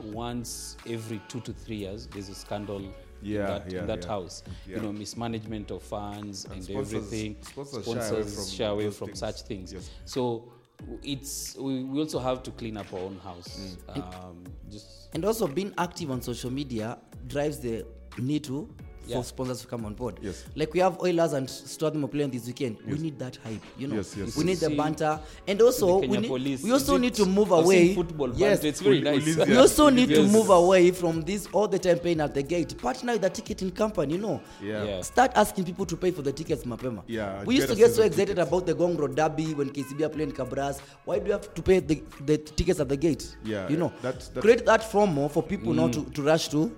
[SPEAKER 4] once every two to three years there's a scandal
[SPEAKER 3] Yeah,
[SPEAKER 4] in that,
[SPEAKER 3] yeah,
[SPEAKER 4] in that
[SPEAKER 3] yeah.
[SPEAKER 4] house
[SPEAKER 3] Yeah.
[SPEAKER 4] you know mismanagement of funds and,
[SPEAKER 3] sponsors-
[SPEAKER 4] everything
[SPEAKER 3] sponsors shy away from
[SPEAKER 4] shy away
[SPEAKER 3] those
[SPEAKER 4] from
[SPEAKER 3] things.
[SPEAKER 4] such things
[SPEAKER 3] Yes.
[SPEAKER 4] so w- it's we, we also have to clean up our own house
[SPEAKER 3] Mm.
[SPEAKER 4] um, just
[SPEAKER 5] And also being active on social media drives the need to
[SPEAKER 4] Yeah.
[SPEAKER 5] for sponsors to come on board.
[SPEAKER 3] Yes.
[SPEAKER 5] Like we have Oilers and Strathmore playing this weekend. We need that hype, you know.
[SPEAKER 3] Yes, yes,
[SPEAKER 5] we need
[SPEAKER 4] yes.
[SPEAKER 5] the
[SPEAKER 4] See,
[SPEAKER 5] banter. And also
[SPEAKER 4] the
[SPEAKER 5] we,
[SPEAKER 4] Kenya
[SPEAKER 5] need,
[SPEAKER 4] police.
[SPEAKER 5] we also
[SPEAKER 4] Is it-
[SPEAKER 5] need to move
[SPEAKER 4] I've seen
[SPEAKER 5] away.
[SPEAKER 4] football
[SPEAKER 5] yes.
[SPEAKER 4] banter. It's very
[SPEAKER 3] Uli-
[SPEAKER 4] nice.
[SPEAKER 3] Ulinzi
[SPEAKER 5] we also need to
[SPEAKER 4] Yes.
[SPEAKER 5] move away from this all the time paying at the gate. Partner with the ticketing company, you know.
[SPEAKER 3] Yeah.
[SPEAKER 4] Yeah.
[SPEAKER 5] Start asking people to pay for the tickets mapema.
[SPEAKER 3] Yeah,
[SPEAKER 5] we used
[SPEAKER 3] get
[SPEAKER 5] to
[SPEAKER 3] a
[SPEAKER 5] get so
[SPEAKER 3] season
[SPEAKER 5] excited
[SPEAKER 3] ticket.
[SPEAKER 5] about the Gong Road Derby when KCB are playing Cabras. Why do you have to pay the, the tickets at the gate?
[SPEAKER 3] Yeah,
[SPEAKER 5] you know,
[SPEAKER 3] that- that-
[SPEAKER 5] create that FOMO for people now to, to rush to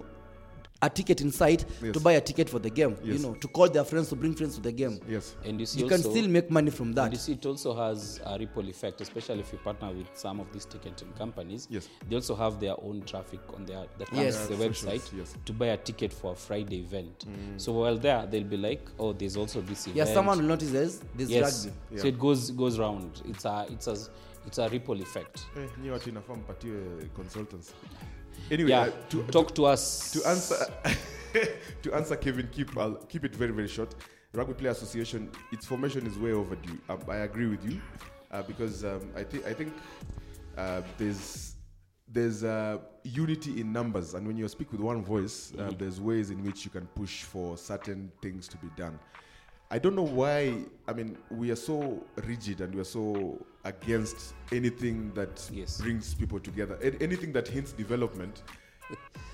[SPEAKER 5] a ticket inside yes. to
[SPEAKER 3] Yes.
[SPEAKER 5] buy a ticket for the game. You
[SPEAKER 3] Yes.
[SPEAKER 5] know, to call their friends, to bring friends to the game.
[SPEAKER 3] Yes.
[SPEAKER 4] And you see
[SPEAKER 5] You
[SPEAKER 4] also,
[SPEAKER 5] can still make money from
[SPEAKER 4] And you
[SPEAKER 5] that.
[SPEAKER 4] see, it also has a ripple effect, especially if you partner with some of these ticketing companies.
[SPEAKER 3] Yes.
[SPEAKER 4] They also have their own traffic on their that comes
[SPEAKER 5] Yes.
[SPEAKER 4] to the
[SPEAKER 3] Yeah, socials,
[SPEAKER 4] website
[SPEAKER 3] yes. Mm.
[SPEAKER 4] to buy a ticket for a Friday event. So while there, they'll be like, oh, there's also this event.
[SPEAKER 5] Yeah, someone will notice this. This
[SPEAKER 4] Yes.
[SPEAKER 5] rugby.
[SPEAKER 4] So it goes goes round. It's a it's a it's a ripple effect.
[SPEAKER 3] Eh, nyi watu inafaa mpatiwe consultants anyway
[SPEAKER 4] yeah.
[SPEAKER 3] uh, to,
[SPEAKER 4] Talk to us.
[SPEAKER 3] to answer to answer Kevin, keep I'll keep it very very short. Rugby Player Association, its formation is way overdue. Um, I agree with you uh, because um, I think I think uh, there's there's uh, unity in numbers, and when you speak with one voice, uh, there's ways in which you can push for certain things to be done. I don't know why. I mean, we are so rigid and we are so against anything that
[SPEAKER 4] Yes.
[SPEAKER 3] brings people together. An- Anything that hints development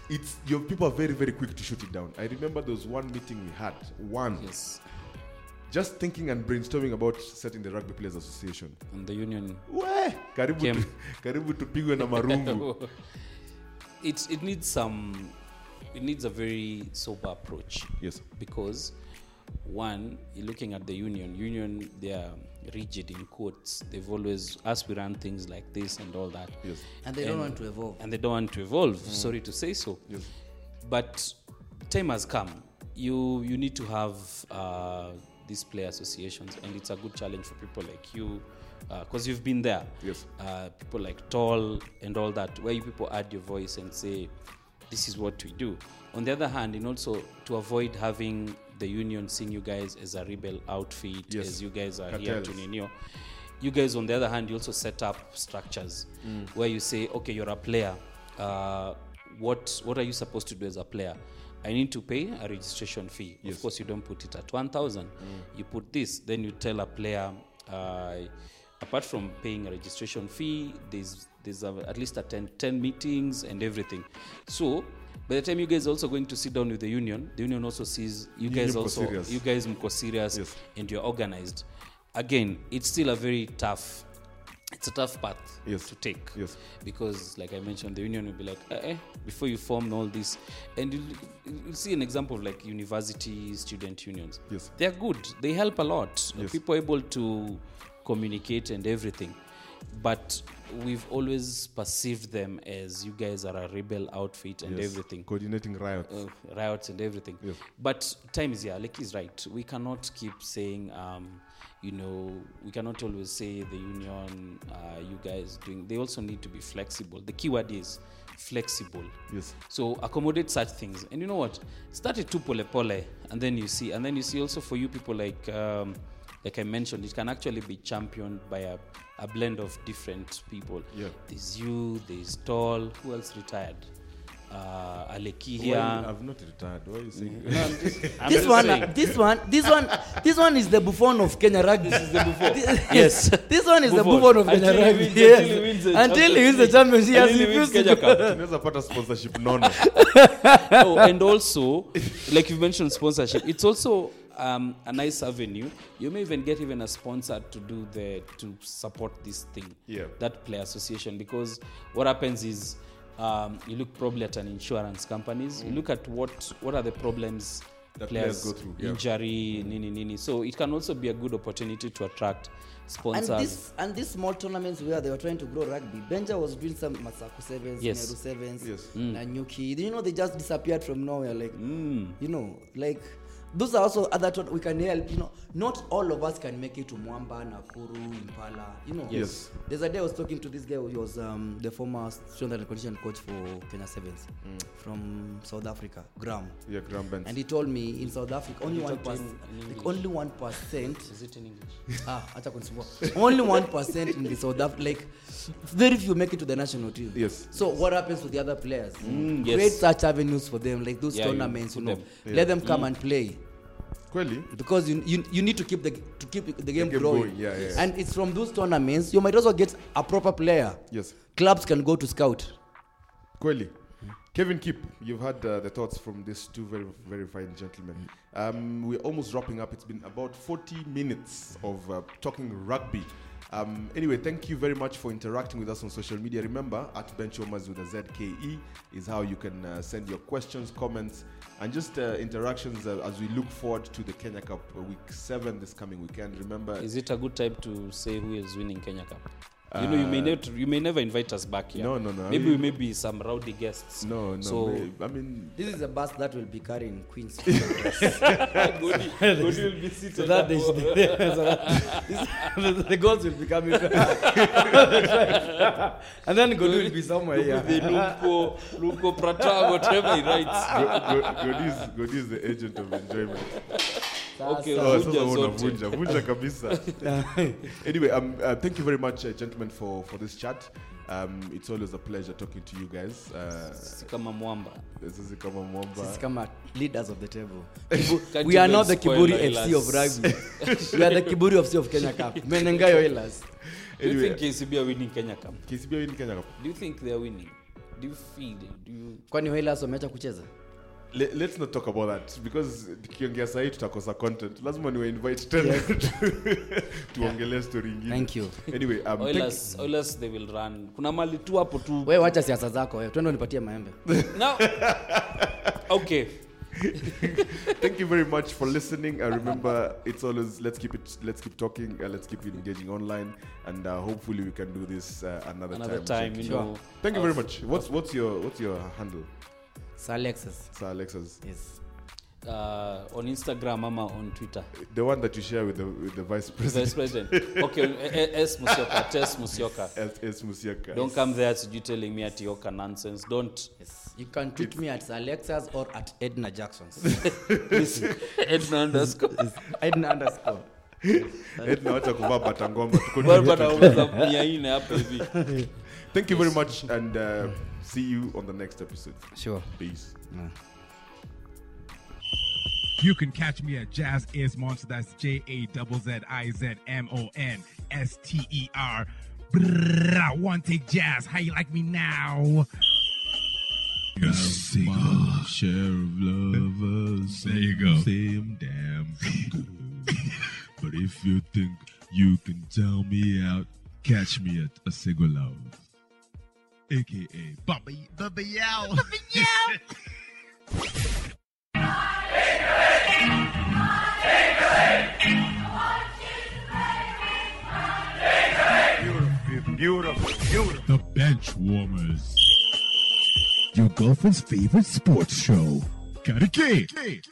[SPEAKER 3] it's your people are very very quick to shoot it down i remember there was one meeting we had one
[SPEAKER 4] Yes.
[SPEAKER 3] just thinking and brainstorming about setting the rugby players association
[SPEAKER 4] And the union.
[SPEAKER 3] we karibu
[SPEAKER 4] Kem.
[SPEAKER 3] tu- karibu tupigwe na marungu
[SPEAKER 4] it it needs some it needs a very sober approach.
[SPEAKER 3] yes
[SPEAKER 4] because one you're looking at the union union they are rigid in quotes they've always us we run things like this and all that
[SPEAKER 3] yes
[SPEAKER 5] And they don't want to evolve.
[SPEAKER 4] and they don't want to evolve sorry to say so
[SPEAKER 3] Mm. Yes.
[SPEAKER 4] but time has come you you need to have uh, these player associations and it's a good challenge for people like you because you've been there
[SPEAKER 3] Yes.
[SPEAKER 4] uh, people like tall and all that where you people add your voice and say this is what we do on the other hand and also to avoid having the union seeing you guys as a rebel outfit
[SPEAKER 3] Yes.
[SPEAKER 4] as you guys are here
[SPEAKER 3] Cartels.
[SPEAKER 4] to ninio you guys on the other hand you also set up structures
[SPEAKER 3] Mm.
[SPEAKER 4] where you say okay you're a player uh, what what are you supposed to do as a player i need to pay a registration fee of course you don't put it at 1000
[SPEAKER 3] Mm.
[SPEAKER 4] you put this then you tell a player uh, apart from paying a registration fee there's there's a, at least a 10, 10 meetings and everything so by the time you guys are also going to sit down with the union the union also sees you guys
[SPEAKER 3] mko
[SPEAKER 4] also
[SPEAKER 3] serious.
[SPEAKER 4] you guys mko serious
[SPEAKER 3] Yes.
[SPEAKER 4] and you're organized again it's still a very tough it's a tough path
[SPEAKER 3] Yes.
[SPEAKER 4] to take
[SPEAKER 3] Yes.
[SPEAKER 4] because like i mentioned the union will be like eh, eh, before you form all this and you'll, you'll see an example of like university student unions
[SPEAKER 3] Yes.
[SPEAKER 4] they're good they help a lot
[SPEAKER 3] Yes.
[SPEAKER 4] people are able to communicate and everything but we've always perceived them as you guys are a rebel outfit and
[SPEAKER 3] yes.
[SPEAKER 4] everything
[SPEAKER 3] coordinating riots
[SPEAKER 4] uh, riots and everything.
[SPEAKER 3] Yes.
[SPEAKER 4] But time is here. Like is right. We cannot keep saying, um, you know, we cannot always say the union, uh, you guys doing. They also need to be flexible. The key word is flexible.
[SPEAKER 3] yes
[SPEAKER 4] So accommodate such things. And you know what? Start it too pole pole, and then you see. And then you see also for you people like. Um, like I mentioned, it can actually be championed by a, a blend of different people.
[SPEAKER 3] Yeah.
[SPEAKER 4] There's you, there's Tall, who else retired? Uh, Aleki
[SPEAKER 3] Why you-
[SPEAKER 4] here.
[SPEAKER 3] i've not retired why are you saying
[SPEAKER 4] I'm
[SPEAKER 5] this
[SPEAKER 4] just
[SPEAKER 5] one,
[SPEAKER 4] saying.
[SPEAKER 5] this one, this one, this one is the Buffon of Kenya rugby. This is the Buffon.
[SPEAKER 4] Yes.
[SPEAKER 5] This one is the
[SPEAKER 4] Buffon.
[SPEAKER 5] Buffon of
[SPEAKER 4] Until
[SPEAKER 5] Kenya
[SPEAKER 4] he
[SPEAKER 5] rugby.
[SPEAKER 4] wins- until
[SPEAKER 5] yes.
[SPEAKER 4] he wins the
[SPEAKER 5] until he wins the
[SPEAKER 4] Champions
[SPEAKER 5] champions, he
[SPEAKER 4] League.
[SPEAKER 5] has
[SPEAKER 4] Until he wins
[SPEAKER 5] refused to
[SPEAKER 4] Kenya
[SPEAKER 5] go.
[SPEAKER 3] tunaweza pata sponsorship nono
[SPEAKER 4] oh, and also, like you've mentioned, sponsorship. It's also um, a nice avenue. You may even get even a sponsor to do the to support this thing.
[SPEAKER 3] Yeah.
[SPEAKER 4] That player association because what happens is um, you look probably at an insurance companies. You look at what what are the problems
[SPEAKER 3] That
[SPEAKER 4] players,
[SPEAKER 3] Mm. players go through, yeah.
[SPEAKER 4] injury, nini nini. So it can also be a good opportunity to attract
[SPEAKER 5] And
[SPEAKER 4] sponsors.
[SPEAKER 5] this and these small tournaments where they were trying to grow rugby, Benja was doing some Masaku sevens,
[SPEAKER 4] Yes. Mm.
[SPEAKER 5] Meru sevens,
[SPEAKER 3] Yes.
[SPEAKER 5] Nanyuki. You know, they just disappeared from nowhere. Like, you know, like those are also other tot- we can help. You know, not all of us can make it to Mwamba, Nakuru, Impala. You know,
[SPEAKER 3] Yes.
[SPEAKER 5] There's a day I was talking to this guy who was um, the former strength and condition coach for Kenya Sevens
[SPEAKER 4] Mm.
[SPEAKER 5] from South Africa, Graham.
[SPEAKER 3] yeah Graham Benz.
[SPEAKER 5] And he told me in South Africa only one
[SPEAKER 4] talk to
[SPEAKER 5] percent,
[SPEAKER 4] him in
[SPEAKER 5] like
[SPEAKER 4] English?
[SPEAKER 5] only one percent
[SPEAKER 4] is it in English?
[SPEAKER 5] ah, acha kunisumbua only 1% in the south Af- like very few make it to the national team
[SPEAKER 3] Yes.
[SPEAKER 5] so what happens to the other players mm,
[SPEAKER 4] yes.
[SPEAKER 5] create such avenues for them like those
[SPEAKER 4] Yeah, you
[SPEAKER 5] tournaments you,
[SPEAKER 4] put
[SPEAKER 5] know
[SPEAKER 4] them-
[SPEAKER 5] let them come and play
[SPEAKER 3] kweli
[SPEAKER 5] because you, you you need to keep the to keep the game,
[SPEAKER 3] game
[SPEAKER 5] growing
[SPEAKER 3] going, yeah, yeah.
[SPEAKER 5] and it's from those tournaments you might also get a proper player
[SPEAKER 3] yes
[SPEAKER 5] clubs can go to scout
[SPEAKER 3] kweli kevin Kip, you've had uh, the thoughts from these two very very fine gentlemen um, we're almost wrapping up it's been about 40 minutes of uh, talking rugby Um, anyway, thank you very much for interacting with us on social media. Remember, at Benchomas with a ZKE is how you can uh, send your questions, comments, and just uh, interactions uh, as we look forward to the Kenya Cup uh, week seven this coming weekend. Remember,
[SPEAKER 4] Is it a good time to say who is winning Kenya Cup? You know, you may not, you may never invite us back here.
[SPEAKER 3] Uh, No, no, no, I
[SPEAKER 4] Maybe we
[SPEAKER 3] mean-
[SPEAKER 4] may be some rowdy guests.
[SPEAKER 3] no, no,
[SPEAKER 4] So
[SPEAKER 3] I mean,
[SPEAKER 5] This is a bus that will be carrying Queen's.
[SPEAKER 4] Godi, Godi will be seated.
[SPEAKER 5] so that they, so that this, the girls will be coming. and then Godu will be somewhere
[SPEAKER 4] With the
[SPEAKER 5] here.
[SPEAKER 4] Luko, Luko Prata, whatever he writes.
[SPEAKER 3] Go- Go- Godi is- Godi is the agent of enjoyment.
[SPEAKER 4] Okay,
[SPEAKER 5] Sasa.
[SPEAKER 3] Oh, sasa
[SPEAKER 4] Vunja
[SPEAKER 3] wewe
[SPEAKER 4] zote.
[SPEAKER 3] unavunja vunja kabisa anyway um, uh, thank you very much uh, gentlemen for, for this chat um, it's always a pleasure talking to you guys uh,
[SPEAKER 4] Si kama mwamba.
[SPEAKER 3] sisi kama
[SPEAKER 5] Sisi
[SPEAKER 3] mwamba
[SPEAKER 5] kama leaders of the table.
[SPEAKER 4] Can't
[SPEAKER 5] we are
[SPEAKER 4] even
[SPEAKER 5] not the
[SPEAKER 4] spoil
[SPEAKER 5] Kiburi
[SPEAKER 4] our
[SPEAKER 5] FC of
[SPEAKER 4] last.
[SPEAKER 5] rugby. we are the Kiburi FC of Kenya Cup. Menengayo Oilers.
[SPEAKER 4] Do you
[SPEAKER 3] Anyway.
[SPEAKER 4] think KCB are winning Kenya Cup?
[SPEAKER 3] KCB win Kenya Cup.
[SPEAKER 4] Do you think they are winning? Do you feel? Do you?
[SPEAKER 5] Kwani Oilers wameacha kucheza?
[SPEAKER 3] Le- let's not talk about that because tukiongea sahii tutakosa content lazima niwainvite tena tuongelee story ingine
[SPEAKER 5] Thank you.
[SPEAKER 3] anyway um, thank-
[SPEAKER 4] Oilers, Oilers, they will run. Kuna mali tu hapo tu.
[SPEAKER 5] Wewe wacha siasa zako wewe. Twende unipatie maembe.
[SPEAKER 4] Now, okay.
[SPEAKER 3] thank you very much for listening i remember it's always let's keep it let's keep talking uh, let's keep engaging online and uh, hopefully we can do this uh, another,
[SPEAKER 4] Another
[SPEAKER 3] time
[SPEAKER 4] time, you
[SPEAKER 5] Sure.
[SPEAKER 4] know.
[SPEAKER 3] thank you very much what's what's your what's your handle
[SPEAKER 5] Sir Alexis.
[SPEAKER 3] sir alexis
[SPEAKER 5] Yes.
[SPEAKER 4] uh, on Instagram ama on Twitter.
[SPEAKER 3] the one that you share with the with the vice
[SPEAKER 4] Vice
[SPEAKER 3] president
[SPEAKER 4] President. Okay, eh, eh, S Musioka, Tess Musioka.
[SPEAKER 3] S. Musiaka.
[SPEAKER 4] Don't come there to you telling me at Yoka nonsense. Don't
[SPEAKER 5] Yes. You can tweet me at Sir Alexis or at Edna Jackson's.
[SPEAKER 4] Edna underscore.
[SPEAKER 5] Edna underscore.
[SPEAKER 3] Ed na wacha kuvaa bata ngoma tuko
[SPEAKER 4] Bado
[SPEAKER 3] tunajua
[SPEAKER 4] anauliza mia nne hapo hivi.
[SPEAKER 3] thank you very much and uh, see you on the next episode
[SPEAKER 5] Sure.
[SPEAKER 3] peace
[SPEAKER 1] You can catch me at Jazz Is Monster. That's J A Z Z I Z M O N S T E R. Brrrr, One take jazz. How you like me now?
[SPEAKER 6] share of lovers.
[SPEAKER 1] There you go.
[SPEAKER 6] Same damn thing. but if you think you can tell me out, catch me at Asego Love. AKA Baba, Baba Yao.
[SPEAKER 2] beautiful, beautiful, beautiful.
[SPEAKER 1] The Bench Warmers. Your girlfriend's favorite sports show. Karate.